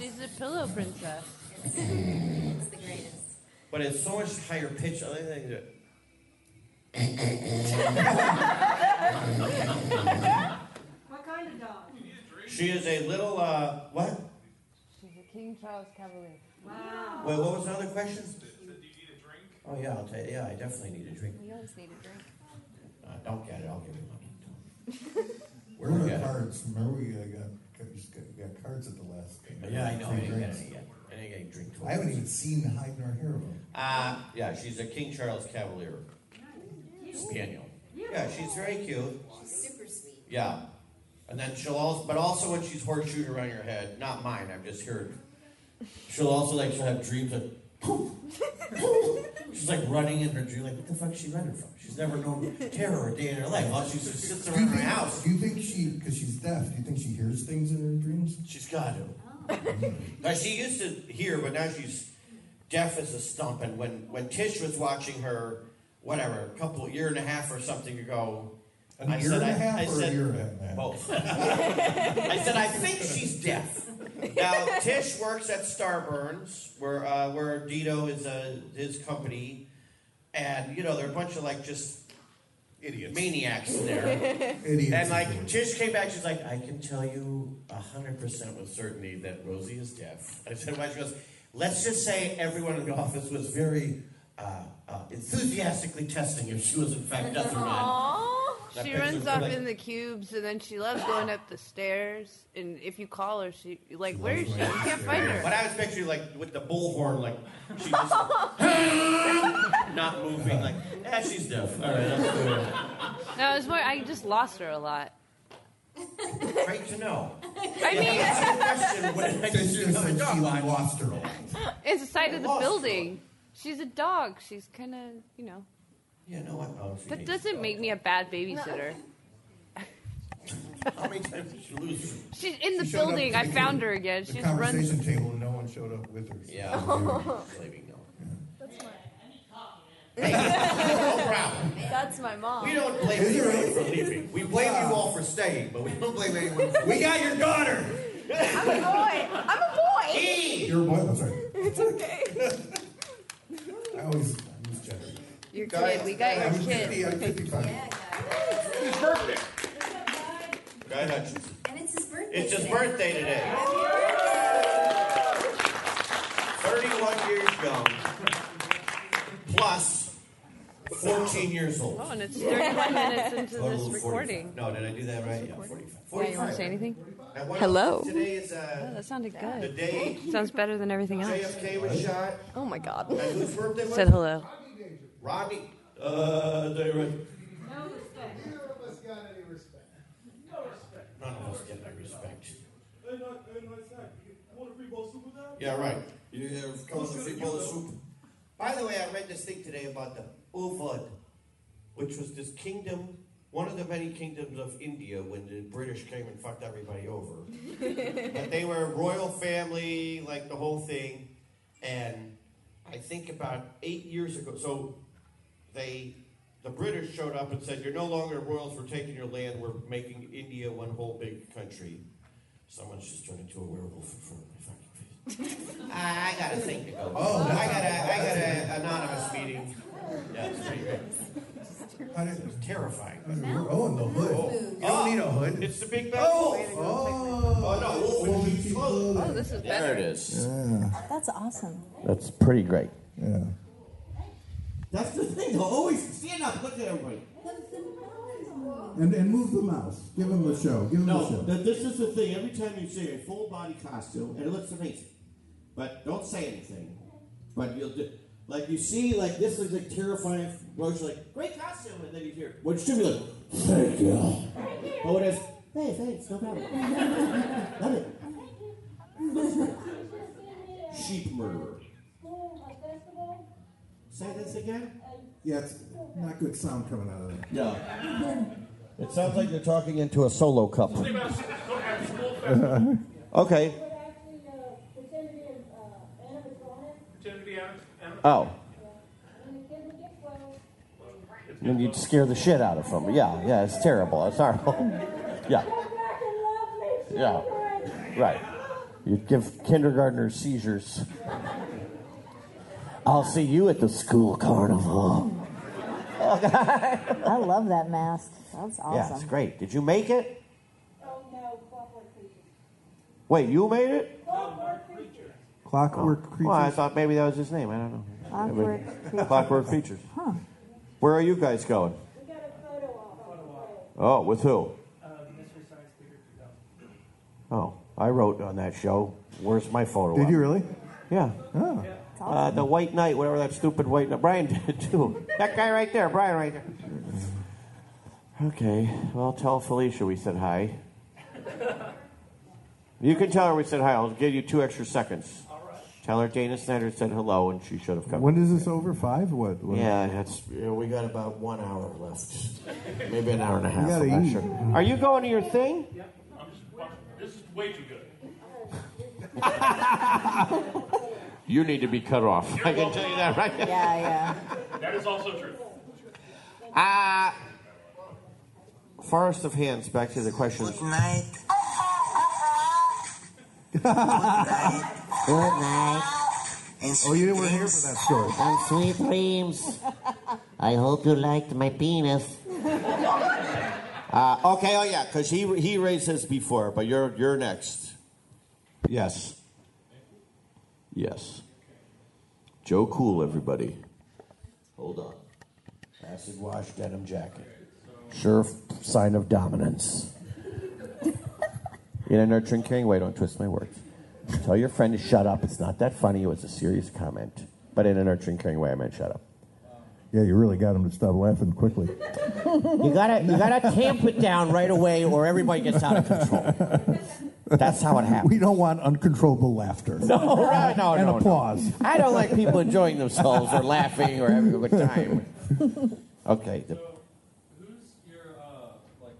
She's a pillow princess.
It's the greatest.
but it's so much higher pitch. I think they do it.
What kind of dog?
She is a little, uh, what?
She's a King Charles Cavalier.
Wow.
Wait, what was another question? Oh yeah, I'll tell you. Yeah, I definitely need a drink.
We always need a drink.
Uh, don't get it. I'll give you money.
Where
We'll
are
get
the
it.
cards? Remember, we uh, got, just got, we got cards at the last game.
But yeah, I know. I
Free
didn't get
drinks.
any yet. I didn't get any drink.
I haven't even seen Hide Nor Hair of them.
Uh, yeah, she's a King Charles Cavalier Spaniel. Yeah, she's very cute.
She's super sweet.
Yeah, and then she'll also, but also when she's horseshoeing around your head, not mine. I'm just hearing. She'll also like she'll have dreams of. She's like running in her dream. Like, what the fuck is she running from? She's never known terror a day in her life. All she just sits
Do you
around her
think,
house.
do you think she, because she's deaf, do you think she hears things in her dreams?
She's got to. Now she used to hear, but now she's deaf as a stump. And when when Tish was watching her, whatever, a couple year and a half or something ago,
An
I
year
said
and a
I,
half
I
or a
said
year and a half?
both. I said I think she's deaf. Now Tish works at Starburns, where uh, where Dito is uh, his company, and you know they're a bunch of like just idiots, maniacs in there.
Idiots.
And like Tish came back, she's like, I can tell you hundred percent with certainty that Rosie is deaf. I said, why? She goes, let's just say everyone in the office was very uh, uh, enthusiastically testing if she was in fact deaf or not. That
She
picture
runs
was
off
like-
in the cubes, and then she loves going up the stairs. And if you call her, she like, where is she? You can't find her.
But I was picturing like with the bullhorn, like she just not moving, like yeah, she's deaf. All right, that's good.
No, it was more. I just lost her a lot.
Great to know.
I
mean,
Tish just said she
"Oh,
lost her.
it's the side of the
Lost her.
building. She's a dog. She's kind of, you know.
Yeah, no, I oh, she
That
hates
doesn't make me a bad babysitter.
it. How many times did she lose? it?
She's in the
She showed up
building.
to
I
the
found
kid-
her again.
The
She just runs.
conversation table, and no one showed up with her.
Yeah.
That's my mom.
We don't blame anyone for leaving. We blame you all for staying, but we don't blame anyone. For we got your daughter.
I'm a boy. I'm a boy.
You're a boy. I'm sorry.
It's okay.
I always I use gender.
Your
Guys,
kid. We got your
I'm 50,
kid.
I'm 55.
It's his birthday. Guy Hutchinson.
And it's his birthday.
It's his
today.
birthday today. Thirty-one years young, plus fourteen years old.
Oh, and it's 31 minutes into
Total
Oh, this
of 45.
recording.
No, did I do that right? Yeah, forty-five.
Yeah, you want to say anything?
Now, what-
Hello.
Today is uh,
Oh, that sounded good.
the day
Sounds better than everything else.
JFK was shot.
Oh my god.
And whose birthday was
Said
it?
hello.
Rodney. Uh, they were. None of us get any respect. Yeah, right. You have come with a free bowl of soup. By the way, I read this thing today about the Uvad, which was this kingdom, one of the many kingdoms of India when the British came and fucked everybody over. but they were a royal family, like the whole thing. And I think about eight years ago, so they, the British showed up and said, "You're no longer royals. We're taking your land. We're making India one whole big country." Someone's just turned into a werewolf in front of my fucking face. I, I got a thing to go.
Oh,
I got a,
that's-
I got a anonymous meeting. Yeah, it's pretty great.
How did-
Terrifying.
Oh, in the hood. You don't need a hood.
It's the big bad. Oh, oh, no. Wolf in sheep's clothing.
Oh, this is
There
better.
it is.
That's awesome.
That's pretty great.
Yeah.
That's the thing. They'll always stand up. Look at everybody.
And, and move the mouse. Give him a show. Give him a
No,
show.
th- this is the thing. Every time you see a full body costume, and it looks amazing, but don't say anything. But you'll do. Like you see, like this is like terrifying. Roach like great costume, and then you hear what should be like. Thank you. But what if? Hey, thanks, no problem. Love it. Sheep murderer. Say this again.
Yeah, it's not good sound coming out of that.
No.
It sounds like you're talking into a solo cup. okay. uh, Oh. And you'd scare the shit out of them. Yeah, yeah, it's terrible. It's horrible. Yeah. Yeah. Right. You'd give kindergartners seizures. I'll see you at the school carnival.
I love that mask. That's
Yeah, it's
awesome.
great. Did you make it? Oh, Wait, you made it?
Oh,
Clockwork
Well, I thought maybe that was his name. I don't know.
Clockwork Features.
Clockwork Features.
Huh.
Where are you guys going? Oh, with who? Oh, I wrote on that show. Where's my photo? op?
really?
Yeah.
Oh.
Uh, the White Knight, whatever that stupid White Knight. Brian did it too. That guy right there, Brian right there. Okay. Well, tell Felicia we said hi. You can tell her we said hi. I'll give you two extra seconds
Tell her Dana Snyder said hello, and she should have come.
When is this over? Five? What? what-
Yeah, that's. yeah, we got about one hour left, maybe an hour and a half.
You gotta
I'm not
eat.
sure. Are you going to your thing?
This is way too good.
You need to be cut off. I can tell you that, right?
yeah. That is also true.
Ah. Forest of hands. Back to the question. Good night.
Good night. oh, you were here for that story. And sweet dreams. I hope you liked my penis.
Uh, okay. Oh yeah, because he he raised his before, but you're you're next. Yes. Yes. Joe Cool, everybody. Hold on. Acid wash denim jacket. Sure f- sign of dominance. In a nurturing, caring way, don't twist my words. Tell your friend to shut up. It's not that funny. It was a serious comment. But in a nurturing, caring way, I meant shut up.
Yeah, you really got him to stop laughing quickly.
You gotta, you gotta tamp it down right away, or everybody gets out of control. That's how it happens.
We don't want uncontrollable laughter.
No, no, no,
and
no,
applause.
No. I don't like people enjoying themselves or laughing or having a good time. Okay. the-
Your, uh, like,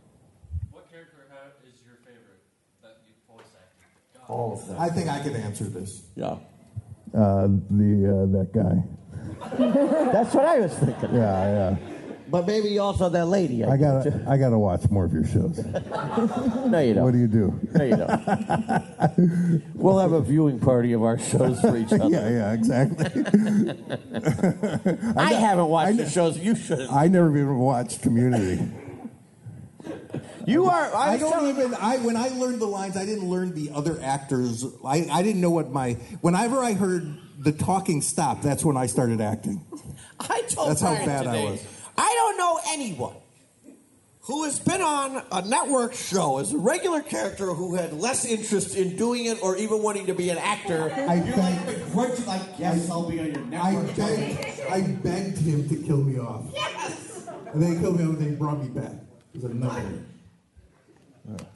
what character ha- is your favorite that you voice acted?
All of them. I think I could answer this.
Yeah.
Uh, the uh, that guy.
That's what I was thinking.
Yeah, yeah.
But maybe also that lady.
I gotta, I gotta watch more of your shows.
no, you don't.
What do you do?
No, you don't. we'll have a viewing party of our shows for each other.
Yeah, yeah, exactly.
I, haven't watched the shows. You should.
I never even watched Community.
You are.
I, don't even. I when I learned the lines, I didn't learn the other actors. I, I didn't know what my. Whenever I heard the talking stop, that's when I started acting.
I told
That's how
Brian
bad I
today,
was.
I don't know anyone who has been on a network show as a regular character who had less interest in doing it or even wanting to be an actor. You're like begrudging, like, yes, I, will be on your network. show."
I begged him to kill me off. Yes. And they killed me off. and They brought me back. It was a nightmare.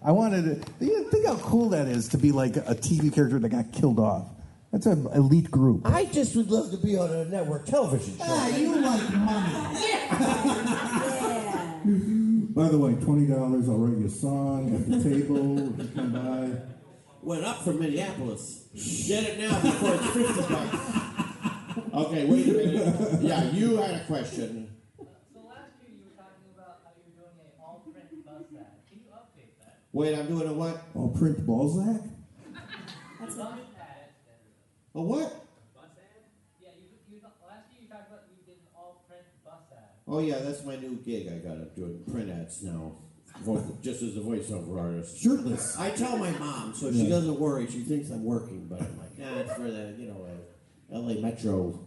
I wanted to you know, think how cool that is to be like a TV character that got killed off. That's an elite group.
I just would love to be on a network television show.
Ah, you like money. By the way, twenty dollars. I'll write you a song at the table. Come by.
Went up from Minneapolis. Get it now before it's 50 bucks. Okay, wait a minute. Yeah, you had a question. Wait, I'm doing a what?
I'll print Balzac.
That's what
A what? Oh yeah, that's my new gig. I got up doing print ads now, Vo- just as a voiceover artist.
Shirtless.
I tell my mom, so she
Yeah.
doesn't worry. She thinks I'm working, but I'm like, nah, it's for the you know, uh, L.A. Metro.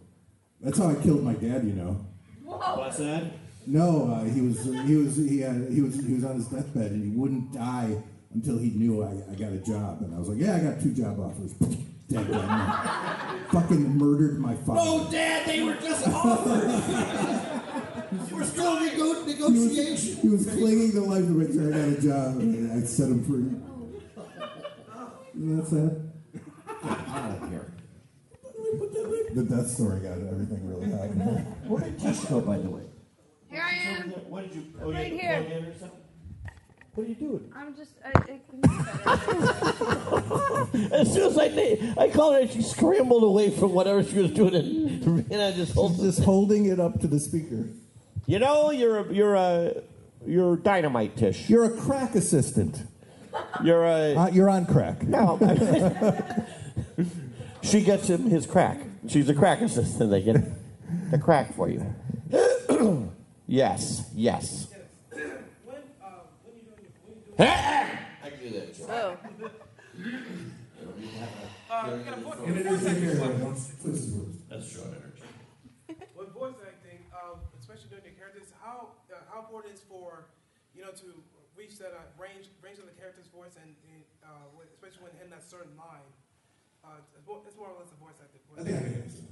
That's how I killed my dad. You know.
What's that?
No, uh, he was he was he had, he was he was on his deathbed and he wouldn't die until he knew I, I got a job and I was like, yeah, I got two job offers. Dead guy, man. Fucking murdered my father.
No, Dad, they were just offered. we're still in nego- negotiation.
He was clinging to life to make sure I got a job and I set him free. And That's it.
Out of here.
The death story got everything really happened.
Where did Tish go, by the way?
Here I am.
What did you?
Right
you
here.
plug in or something? What are you doing?
I'm just. I, I
As soon as I na- I called her, she scrambled away from whatever she was doing, and, and I just hold
Just holding it up to the speaker.
You know, you're a, you're a you're dynamite, Tish.
You're a crack assistant.
You're a
Uh, you're on crack.
no. she gets him his crack. She's a crack assistant. They get the crack for you. yes, yes. I can do that.
oh.
Joe.
And it is in here.
That's short energy.
With voice acting, um, especially doing your characters, how uh, how important is for you know to reach that uh, range range of the character's voice and, and uh, when- especially when in that certain line. Uh, it's, more, it's more or less a voice acting. Voice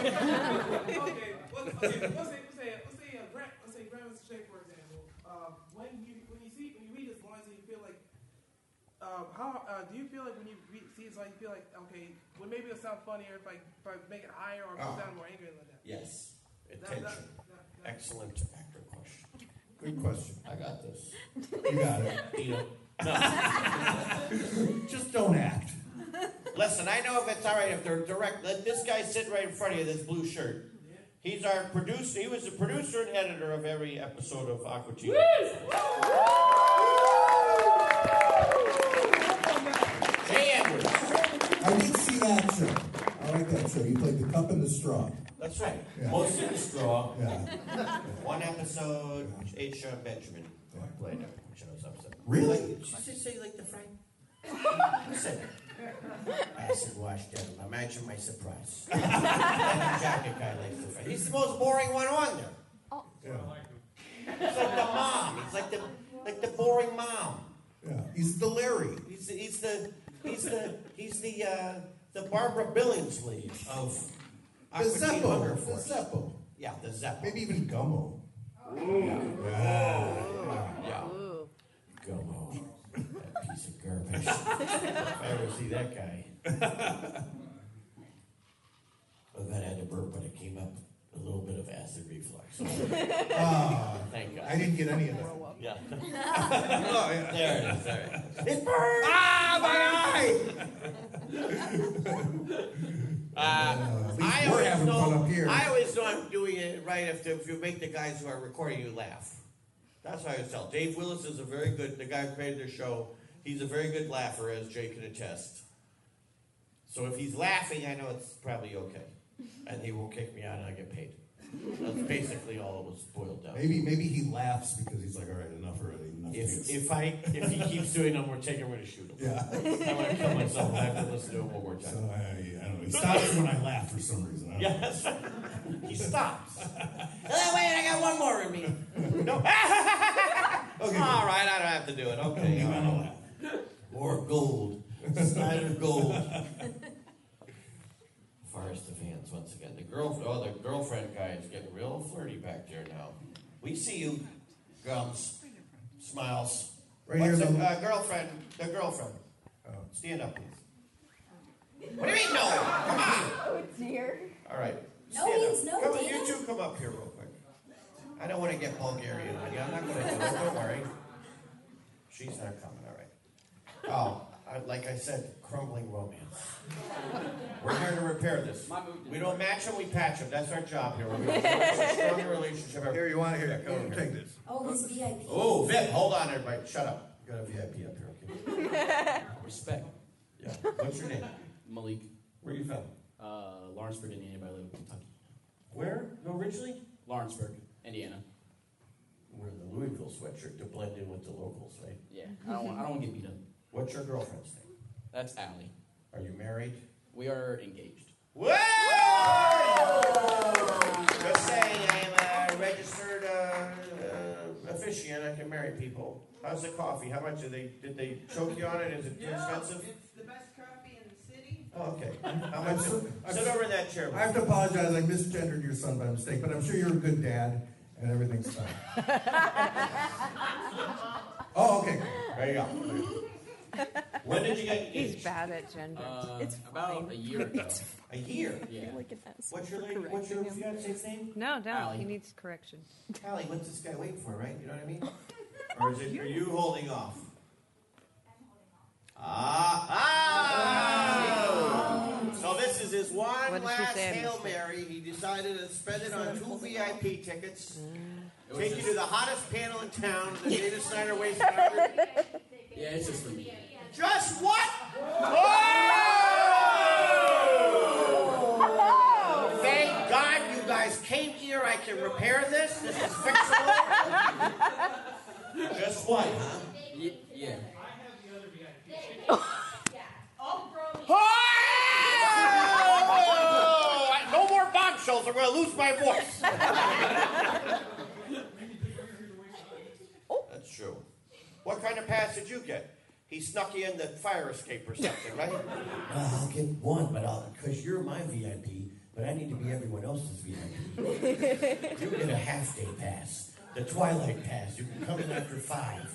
okay, let's, okay, let's say, let's say, let's say, uh, Grant, let's
um,
say Grant Shea, for example. Uh, when you when you see when you read his lines and you feel like
um, how uh, do you feel like when you re- see it's like you feel like okay, well maybe it'll sound funnier if I if I make it higher or if I
Ah.
sound more angry like that.
Yes.
That- that-
Attention.
that- that-
Excellent actor question. Good question. I got this.
You
got it. No. Just don't act. Listen, I know if it's all right if they're direct. Let this guy sit right in front of you, this blue shirt. He's our producer. He was the producer and editor of every episode of Aqua Teen. Jay Edwards.
I did see that show. I like that show. You played the cup and the straw.
That's right.
Yeah.
Most of the straw.
Yeah.
One episode, H. Sean Benjamin. Played it, which I was upset.
Really?
Did you say- say you like the Frank? Listen, acid wash devil. Imagine my surprise. And the jacket guy likes the Frank. He's the most boring one on there. He's like the mom. He's like the like the boring mom.
Yeah.
He's the Larry. He's the he's the he's the he's the uh, the Barbara Billingsley of
The
Aqua Teen
Zeppo.
Hunger
The
Force.
Zeppo.
Yeah, the Zeppo.
Maybe even Gummo.
Yeah. Gummo. That piece of garbage. if I ever see that guy. I thought I had to burp, but it came up a little bit of acid reflux.
Ah,
Thank God.
I didn't get any of that.
Yeah.
Oh, yeah.
There it is. There it is. It burns! Ah, my eye! uh, I,
we're
always
having fun
know,
up here.
I always know I'm doing it right if, if you make the guys who are recording you laugh. That's how I always tell. Dave Willis is a very good, the guy who created the show, he's a very good laugher, as Jay can attest. So if he's laughing, I know it's probably okay. And he won't kick me out and I get paid. That's basically all it was boiled down to.
Maybe maybe he laughs because he's like, all right, enough already. Enough
If,
games."
if I if he keeps doing them, we're taking we're gonna shoot him.
Yeah.
I'm gonna kill myself. I have to listen to him one more time.
So, I, I don't know. He stops when I laugh for some reason. I don't know.
Yes. he stops. oh, wait, I got one more in me. No. All right, I don't have to do it. Okay. all right. More gold. Snyder gold. Forest of hands once again. The girl, oh, the girlfriend guy is getting real flirty back there now. We see you, gums, smiles.
Right
What's
here,
the
though.
uh, girlfriend? The girlfriend. Stand up, please. What do you mean no? Come on.
Oh dear.
All right.
No
Stand
means
up.
no,
Come on,
Dana.
you two come up here real quick. I don't want to get Bulgarian on you. I'm not going to do it. Don't worry. She's not coming. All right. Oh, I, like I said, crumbling romance. We're here to repair this. We don't match them, we patch them. That's our job here. We're going to strong relationship. Here, you want to hear? Come over here. Take this.
Oh, this VIP.
Oh, Vip, hold on, everybody. Shut up. You got a VIP up here. Okay. Respect. Yeah. What's your name?
Malik.
Where you from?
Uh, Lawrenceburg, Indiana, but I live in Kentucky.
Where originally?
Lawrenceburg, Indiana.
Wear the Louisville sweatshirt to blend in with the locals, right?
Yeah, I don't, want, I don't want to get beat up.
What's your girlfriend's name?
That's Allie.
Are you married?
We are engaged.
Whoa! Just saying, I am a registered uh, uh, officiant. I can marry people. How's the coffee? How much did they did they choke you on it? Is it too expensive?
It's the best coffee in the city.
Oh, okay. How much? Sit over in that chair.
I have to apologize. I misgendered your son by mistake, but I'm sure you're a good dad and everything's fine. oh, okay.
There you go. When did you get engaged?
He's bad at gender.
Uh,
it's
about a year ago.
a year.
Yeah.
Look at that.
What's your lady, what's your fiance's name?
No, don't.
Allie.
He needs correction.
Allie, what's this guy waiting for, right? You know what I mean? Or is it, are you holding off? Ah, ah! So this is his one
did she
last
say I
Hail
missed it?
Mary. He decided to spend it on two VIP tickets,
It was
take you
just-
to the hottest panel in town, the Dana Snyder wasted 100
Yeah, it's just for me.
Just what? Oh! Thank God you guys came here. I can repair this. This is fixable. Just what? huh?
Y- yeah.
Oh! No more bombshells. I'm going to lose my voice. That's true. What kind of pass did you get? He snuck you in the fire escape or something, right? I'll get one, but I'll because you're my VIP, but I need to be everyone else's VIP. you get a half day pass. the twilight pass. You can come in after five.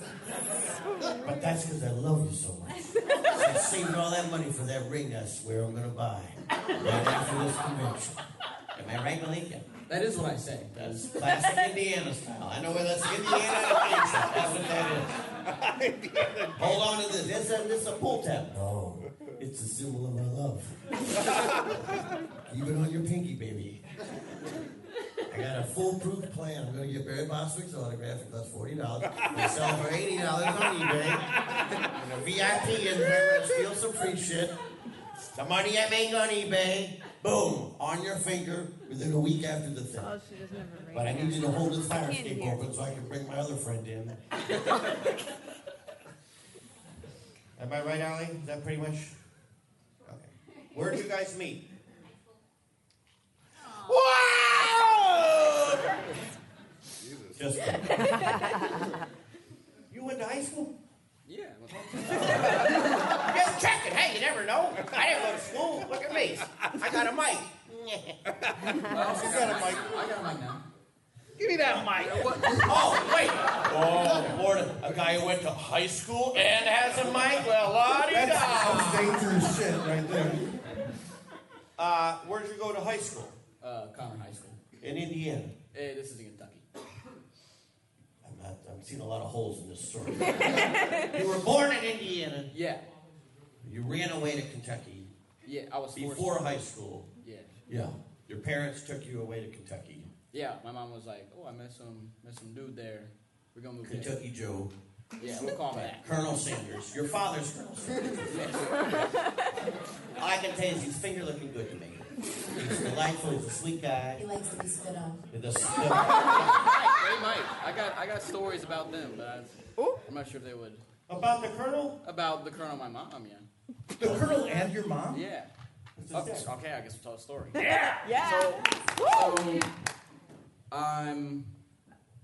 But that's because I love you so much. I saved all that money for that ring I swear I'm going to buy right after this convention. Am I right, Malika?
That is what I say.
That's classic Indiana style. I know where that's Indiana. thinks That's what that is. Hold on to this. This is this is a pull tab.
Oh.
No, it's a symbol of our love. Keep it on your pinky, baby. I got a foolproof plan. I'm going to get Barry Bostwick's autograph. It costs forty dollars. I sell for eighty dollars on eBay. And a VIP in there. and Steal some free shit. The money I make on eBay. Boom, on your finger within a week after the thing.
Oh, she doesn't have a ring.
But I need you to hold this fire
Can't
escape
hear.
open so I can bring my other friend in. Am I right, Allie? Is that pretty much? Okay. Where do you guys meet? Wow! Just you went to high school?
Yeah.
Just checking. Hey, you never know. I didn't go to school. Look at me. I got a mic.
I got a mic. I got a mic now.
Give me that mic. oh, wait. Oh, Lord. A guy who went to high school and has a mic? Well, la di da.
That's dangerous shit right there.
Uh, where'd you go to high school?
Uh, Conner High School.
In Indiana.
Eh, this is in Kentucky.
I'm not, I'm seeing a lot of holes in this story. you were born in Indiana.
Yeah.
You ran away to Kentucky
Yeah, I was forced-
before high school.
Yeah.
Yeah. Your parents took you away to Kentucky.
Yeah, my mom was like, "Oh, I met some met some dude there. We're gonna move." there."
Kentucky Joe.
Yeah, we'll call him that.
Colonel Sanders. Your father's Colonel Sanders. All I can tell you is he's finger looking good to me. He's delightful. He's a sweet guy.
He likes to be spit on.
With a
Hey, Mike, I got I got stories about them, but I, I'm not sure if they would.
About the colonel?
About the colonel, and my mom. Yeah.
The colonel and your mom?
Yeah. Okay, okay, I guess we'll tell a story.
Yeah!
Yeah. So, so I'm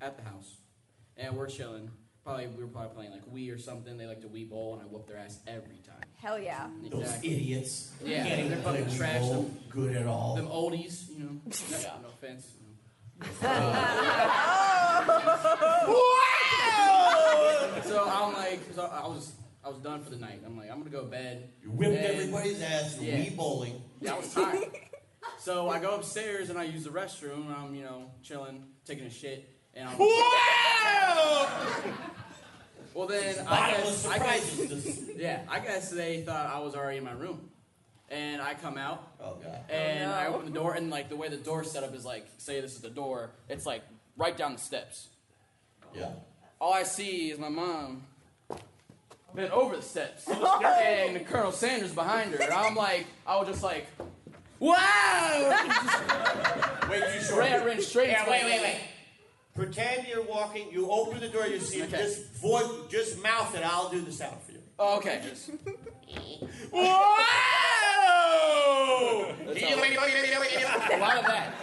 at the house, and we're chilling. Probably we were probably playing like Wii or something. They like to Wii bowl, and I whoop their ass every time.
Hell yeah.
Those
Exactly.
idiots.
Yeah,
Can't
they're
even play
fucking trash.
ball
Them,
good at all.
them oldies, you know. no offense. so I'm like, so I was, I was done for the night. I'm like, I'm gonna go to bed. You
whipped everybody's ass in Wii bowling.
Yeah, I was tired. so I go upstairs and I use the restroom. And I'm, you know, chilling, taking a shit, and I'm. Well then, I
Bottomless
guess, I
surprises.
guess, yeah, I guess they thought I was already in my room, and I come out.
Oh god.
And
Oh, no.
I open the door, and like the way the door set up is like, say this is the door, it's like right down the steps.
Yeah.
All I see is my mom bent over the steps,
Oh.
and Colonel Sanders behind her. And I'm like, I was just like, wow!
Wait, you
sure? Ran, ran straight.
Yeah,
into
wait,
my-
wait, wait. Pretend you're walking, you open the door, you see just voice, just mouth it, I'll do the sound for you.
Oh, okay.
Whoa!
That's all. A lot of that.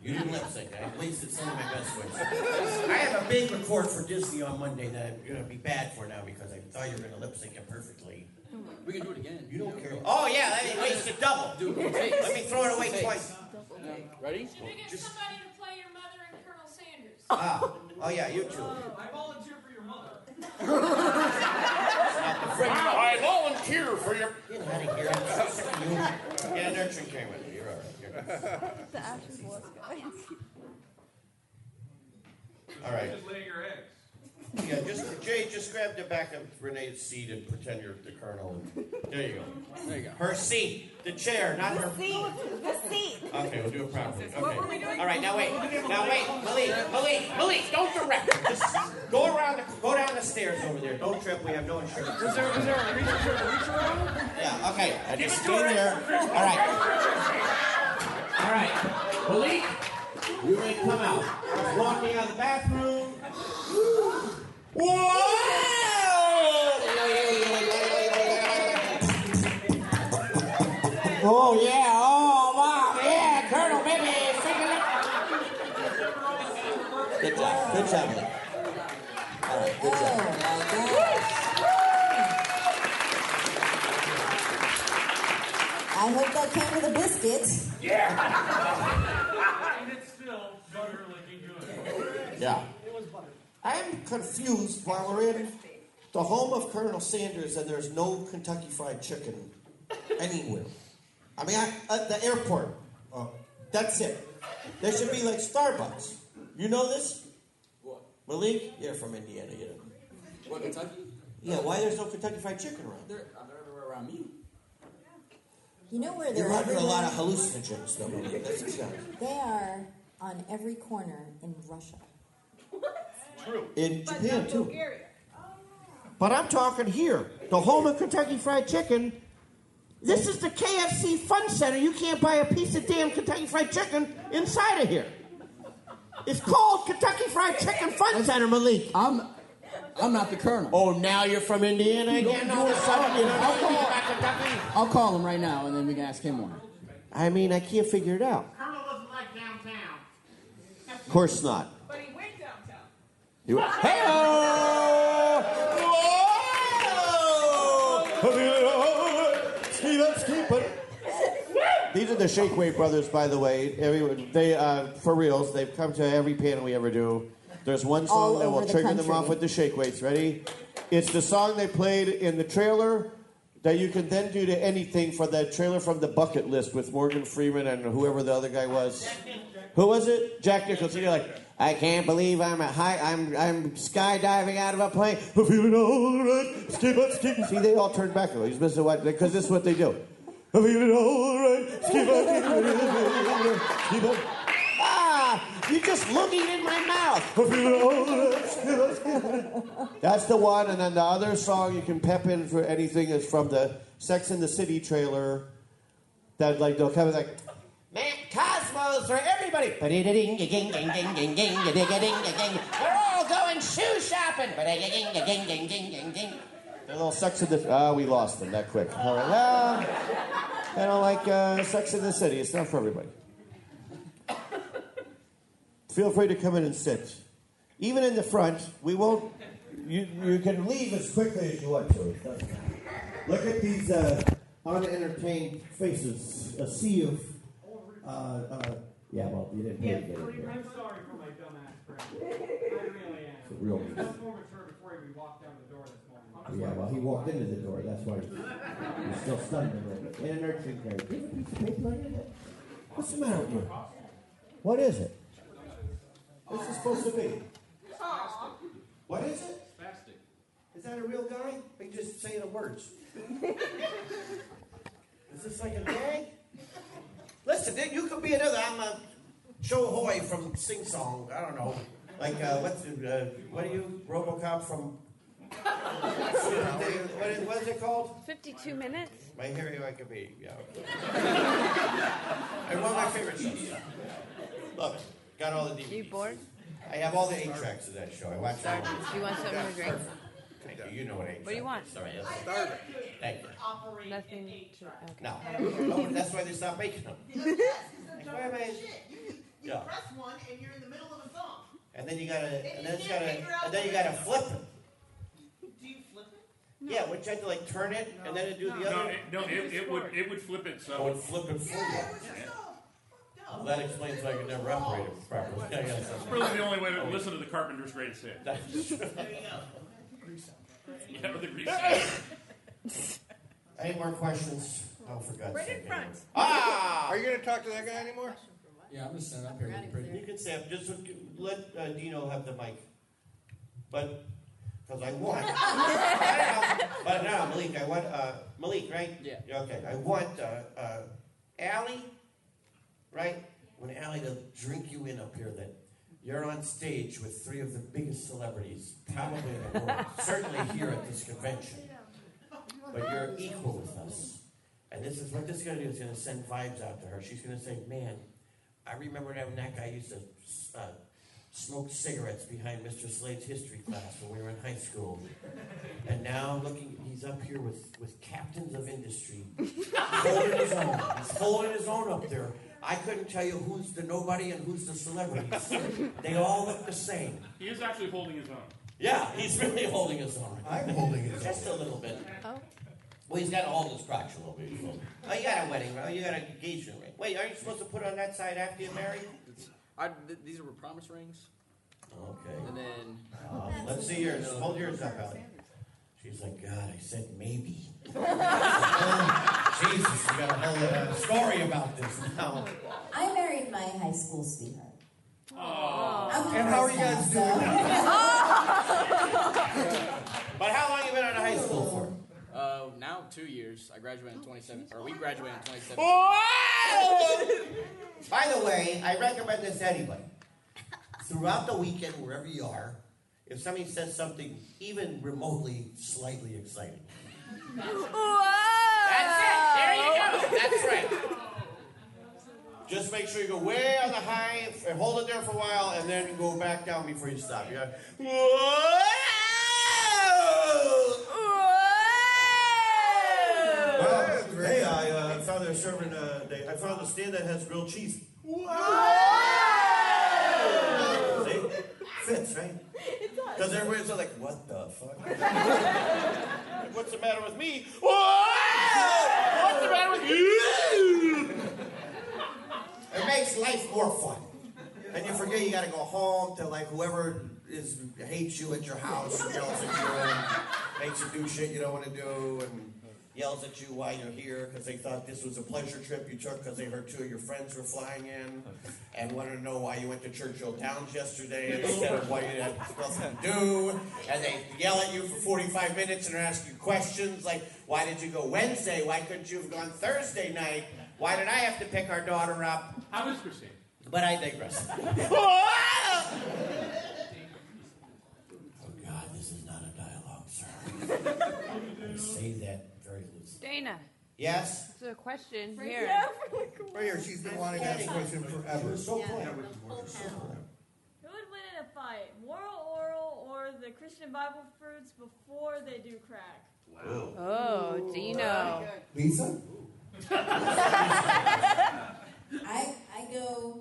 You didn't lip sync. At least it's some of my best ones. I have a big report for Disney on Monday that I'm going to be bad for now because I thought you were going to lip sync it perfectly.
We can do it again.
You don't care. Oh, yeah, I didn't waste a double.
Do it.
Let me throw it away
Takes.
twice.
Yeah. Ready?
Just,
Somebody to play your mother and Colonel Sanders.
ah, oh, yeah, you two.
I volunteer for your mother.
I volunteer for your. Get out of here. I'm so sick of you. Get a nurturing care with me. You're all right. You're good.
The ashes was going.
All right.
Just lay your eggs.
Yeah, just Jay, just grab the back of Renee's seat and pretend you're the colonel. There you go.
There you go.
Her seat, the chair, not her.
Seat. The seat.
Okay, we'll do it properly. Okay.
What were we doing?
All right, now wait, now wait, Malik, Malik, Malik, don't direct. her. Just go around, the, go down the stairs over there. Don't trip. We have no insurance.
Is there, is there a reach, is there a reach around?
Yeah. Okay. I
Give
just
it to her.
stand there. All right. All right, Malik, you ready to come out? Just walking out of the bathroom.
Oh, yeah. Oh, wow. Yeah, Colonel, baby. Sing it up.
Good job. Good job. Malik. All right. Good job.
I hope that came with a biscuit.
Ah,
And it's still butter looking good.
Yeah.
It was butter.
I'm confused why we're in the home of Colonel Sanders and there's no Kentucky Fried Chicken anywhere. I mean, I, at the airport, uh, that's it. There should be like Starbucks. You know this?
What?
Malik, you're from Indiana, you know.
What, Kentucky?
Yeah, why there's no Kentucky Fried Chicken around?
They're, they're everywhere around me.
You know where they're
You're under a
everywhere?
lot of hallucinogens, though. Malik. That's for sure.
They are on every corner in Russia.
True. In Japan, too. But I'm talking here, the home of Kentucky Fried Chicken. This is the KFC Fun Center. You can't buy a piece of damn Kentucky Fried Chicken inside of here. It's called Kentucky Fried Chicken Fun Center, Malik.
I'm, I'm not the colonel.
Oh, now you're from Indiana again. All of a sudden, you don't know
I'll
anything
call-
about Kentucky.
I'll call him right now, and then we can ask him more.
I mean, I can't figure it out.
Colonel doesn't like downtown.
Of course not.
But he went downtown.
You- Hey-oh! Whoa! Ski up, ski, but- These are the Shakeway brothers, by the way. Everyone, they uh, for reals. They've come to every panel we ever do. There's one
All
song that
over
will
the
trigger them
country.
off with the shake weights. Ready? It's the song they played in the trailer that you can then do to anything for that trailer from the bucket list with Morgan Freeman and whoever the other guy was. Who was it? Jack Nicholson. You're like, I can't believe I'm a high, I'm I'm skydiving out of a plane. I'm feeling all right. Skip up, skip. See, they all turn back. He's missing what because this is what they do. I'm feeling all right. Skip up, skip up. Ah, you're just looking in my mouth. I'm feeling all right. Skip up, skip up. That's the one, and then the other song you can pep in for anything is from the Sex in the City trailer. That like they'll come in like. Man, Cosmos for everybody. They're all going shoe shopping. They're little sex in the. Ah, we lost them that quick. All right. Well, I don't like uh, Sex in the City. It's not for everybody. Feel free to come in and sit. Even in the front, we won't. You, you can leave as quickly as you want to. It doesn't matter. Look at these uh, unentertained faces. A sea of. Uh, uh, yeah, well, you didn't really get it.
I'm sorry for my dumbass friend. I really am.
For real.
He was more mature before he walked down the door this morning. I'm
Yeah,
sorry.
well, he walked into the door. That's why he's still stunned a little bit. In an urchin carry. Do you have a piece of paper under there? What's the matter with you? What is it? What's it supposed to be? What is it?
Spastic.
Is that a real guy? Are you just saying the words? Is this like a guy? Listen, dude, you could be another. I'm a Cho Hoy from Sing Song. I don't know. Like, uh, what's, uh, what are you? Robocop from. what, is, what is it called?
52 minutes?
My Harry I could be, yeah. and one of my favorite shows. Love it. Got all the DVDs.
You bored?
I have all the eight tracks of that show. I watch them.
Do you want something to drink?
Thank you. You know what eight.
What do you want?
Sorry, that's starving. Thank you.
Nothing to. Okay.
No. Oh, that's why they stopped making them.
Dumb
Why am I-
shit. You, you
Yeah.
press one and you're in the middle of a song.
And then you gotta, and then
you
you
can't
gotta,
figure out
and then you
the
gotta
rhythm.
flip it.
Do you flip it?
Yeah, would you have to like turn it and then it do the
No,
other?
it, no, it, it would it would flip it. So
Oh, it'd flip it forward. Well, that explains why I could never operate it properly. I guess that's-
It's really the only way to listen to the Carpenter's greatest hit. yeah, with the grease.
Any more questions? Oh, for God's
Right in
sake. any
front.
more-
Ah!
Are you going to talk to that guy anymore?
Yeah, I'm just standing up here. with the pretty-
You can stand up. Just let uh, Dino have the mic. But, because I want. but no, Malik, I want, uh, Malik, right? Yeah. Okay, I want uh, uh, Allie, right? When Allie will drink you in up here that you're on stage with three of the biggest celebrities, probably in the world, certainly here at this convention. But you're equal with us. And this is what this is going to do. It's going to send vibes out to her. She's going to say, man, I remember that when that guy used to uh, smoke cigarettes behind Mr. Slade's history class when we were in high school. And now looking, he's up here with, with captains of industry, holding his own. He's holding his own up there. I couldn't tell you who's the nobody and who's the celebrities. They all look the same.
He is actually holding his own.
Yeah, he's really holding his own. I'm holding his Just a little bit.
Oh.
Well, he's got all this crotch a little bit. so- Oh, you got a wedding ring. Oh, you got an engagement ring. Wait, aren't you supposed to put it on that side after you marry?
I, th- these were promise rings.
Okay.
And then.
Um, let's see yours. Hold yours up, Allie. She's like, God, I said maybe. Jesus, you got a whole uh, story about this now.
I married my high school sweetheart. I'm
And how are you
divorced
guys
now, so-
But how long you been out of high school for?
Uh, now two years. I graduated in 2017, or we graduated in 2017.
By the way, I recommend this to anybody. Throughout the weekend, wherever you are, if somebody says something even remotely slightly exciting,
That's it. There you go. That's right.
just make sure you go way on the high and hold it there for a while, and then go back down before you stop. You're like, Oh! Well, hey, I uh, found a serving. Uh, they, I found a stand that has grilled cheese. See, fits right.
It does.
Because everybody's all like, "What the fuck? What's the matter with me?"
What's
the matter with you? It makes life more fun, and you forget you got to go home to like whoever is hates you at your house and yells at you and makes you do shit you don't want to do and yells at you while you're here because they thought this was a pleasure trip you took because they heard two of your friends were flying in and wanted to know why you went to Churchill Downs yesterday instead of what you had nothing to do. And they yell at you for 45 minutes and are asking you questions like, why did you go Wednesday? Why couldn't you have gone Thursday night? Why did I have to pick our daughter up?
How is Christine?
But I digress. Oh, God, this is not a dialogue, sir. I say that very loosely.
Dana.
Yes?
It's a question
Right
here.
here. Right here, she's been wanting to ask a question forever. So close.
Who would win in a fight, moral oral or the Christian Bible fruits before they do crack?
Oh, Dino.
Lisa?
I, I go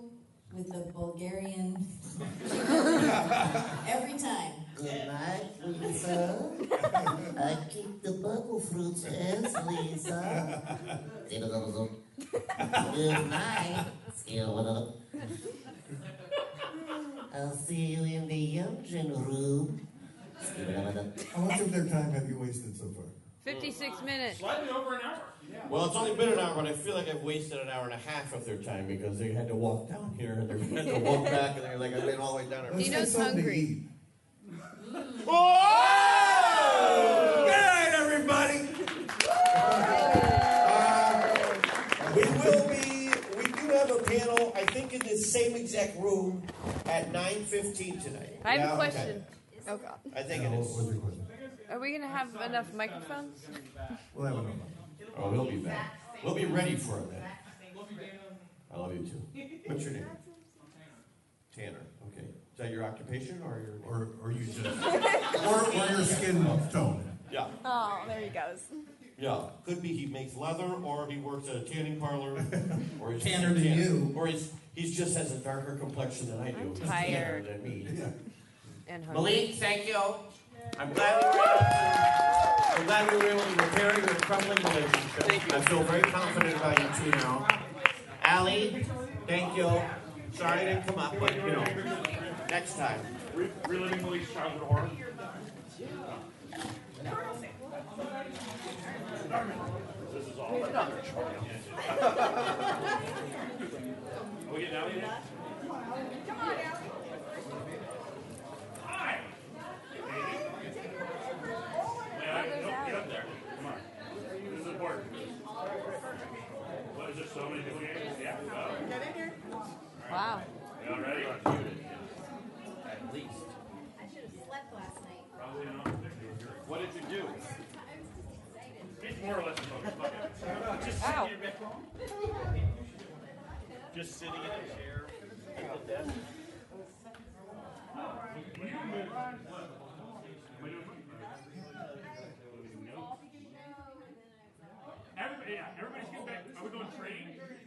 with the Bulgarian every time.
Good night, Lisa. I keep the buckle fruits as Lisa. Good night. I'll see you in the engine room.
How much of their time have you wasted so far?
56 minutes.
Slightly over an hour.
Well, it's only been an hour, but I feel like I've wasted an hour and a half of their time because they had to walk down here and they had to walk back and they're like, I've been all the way down here.
Let's get Dino's something to hungry. eat.
Oh! Good night, everybody. Uh, we will be. We do have a panel. I think in this same exact room at nine fifteen tonight.
I have
Yeah,
a
okay.
question. Oh, God.
I think it is.
Are we going to have enough microphones?
We'll have another. Oh, we'll be back. We'll be ready for it then. I love you too. What's your name? Tanner. Okay. Is that your occupation or your? Or, or you just?
Or, or your skin tone.
Yeah.
Oh, there he goes.
Yeah, could be he makes leather, or he works at a tanning parlor, or he's
Tanner than you.
or he's he's just has a darker complexion than I do. He's tanner
tired.
than me.
And
Malik, thank you. I'm glad we were able to, I'm glad we were able to repair your crumbling relationship. I feel very confident about you two now. Allie, thank you. Sorry I didn't come up, but you know, next time.
Re- reliving Malik's childhood horror. This is all. Are we getting out of here? Yeah, don't get up there. Come on. This is important. What is there? So many people here? Yeah. Get in here.
Wow.
Y'all ready?
At least.
I should have slept last night.
Probably not. What did you do? It's more or less a focus. Fuck it. Just sit in your bed. Just sitting in a chair. at the desk. Everybody, yeah, everybody's getting back. Are we going train? Oh,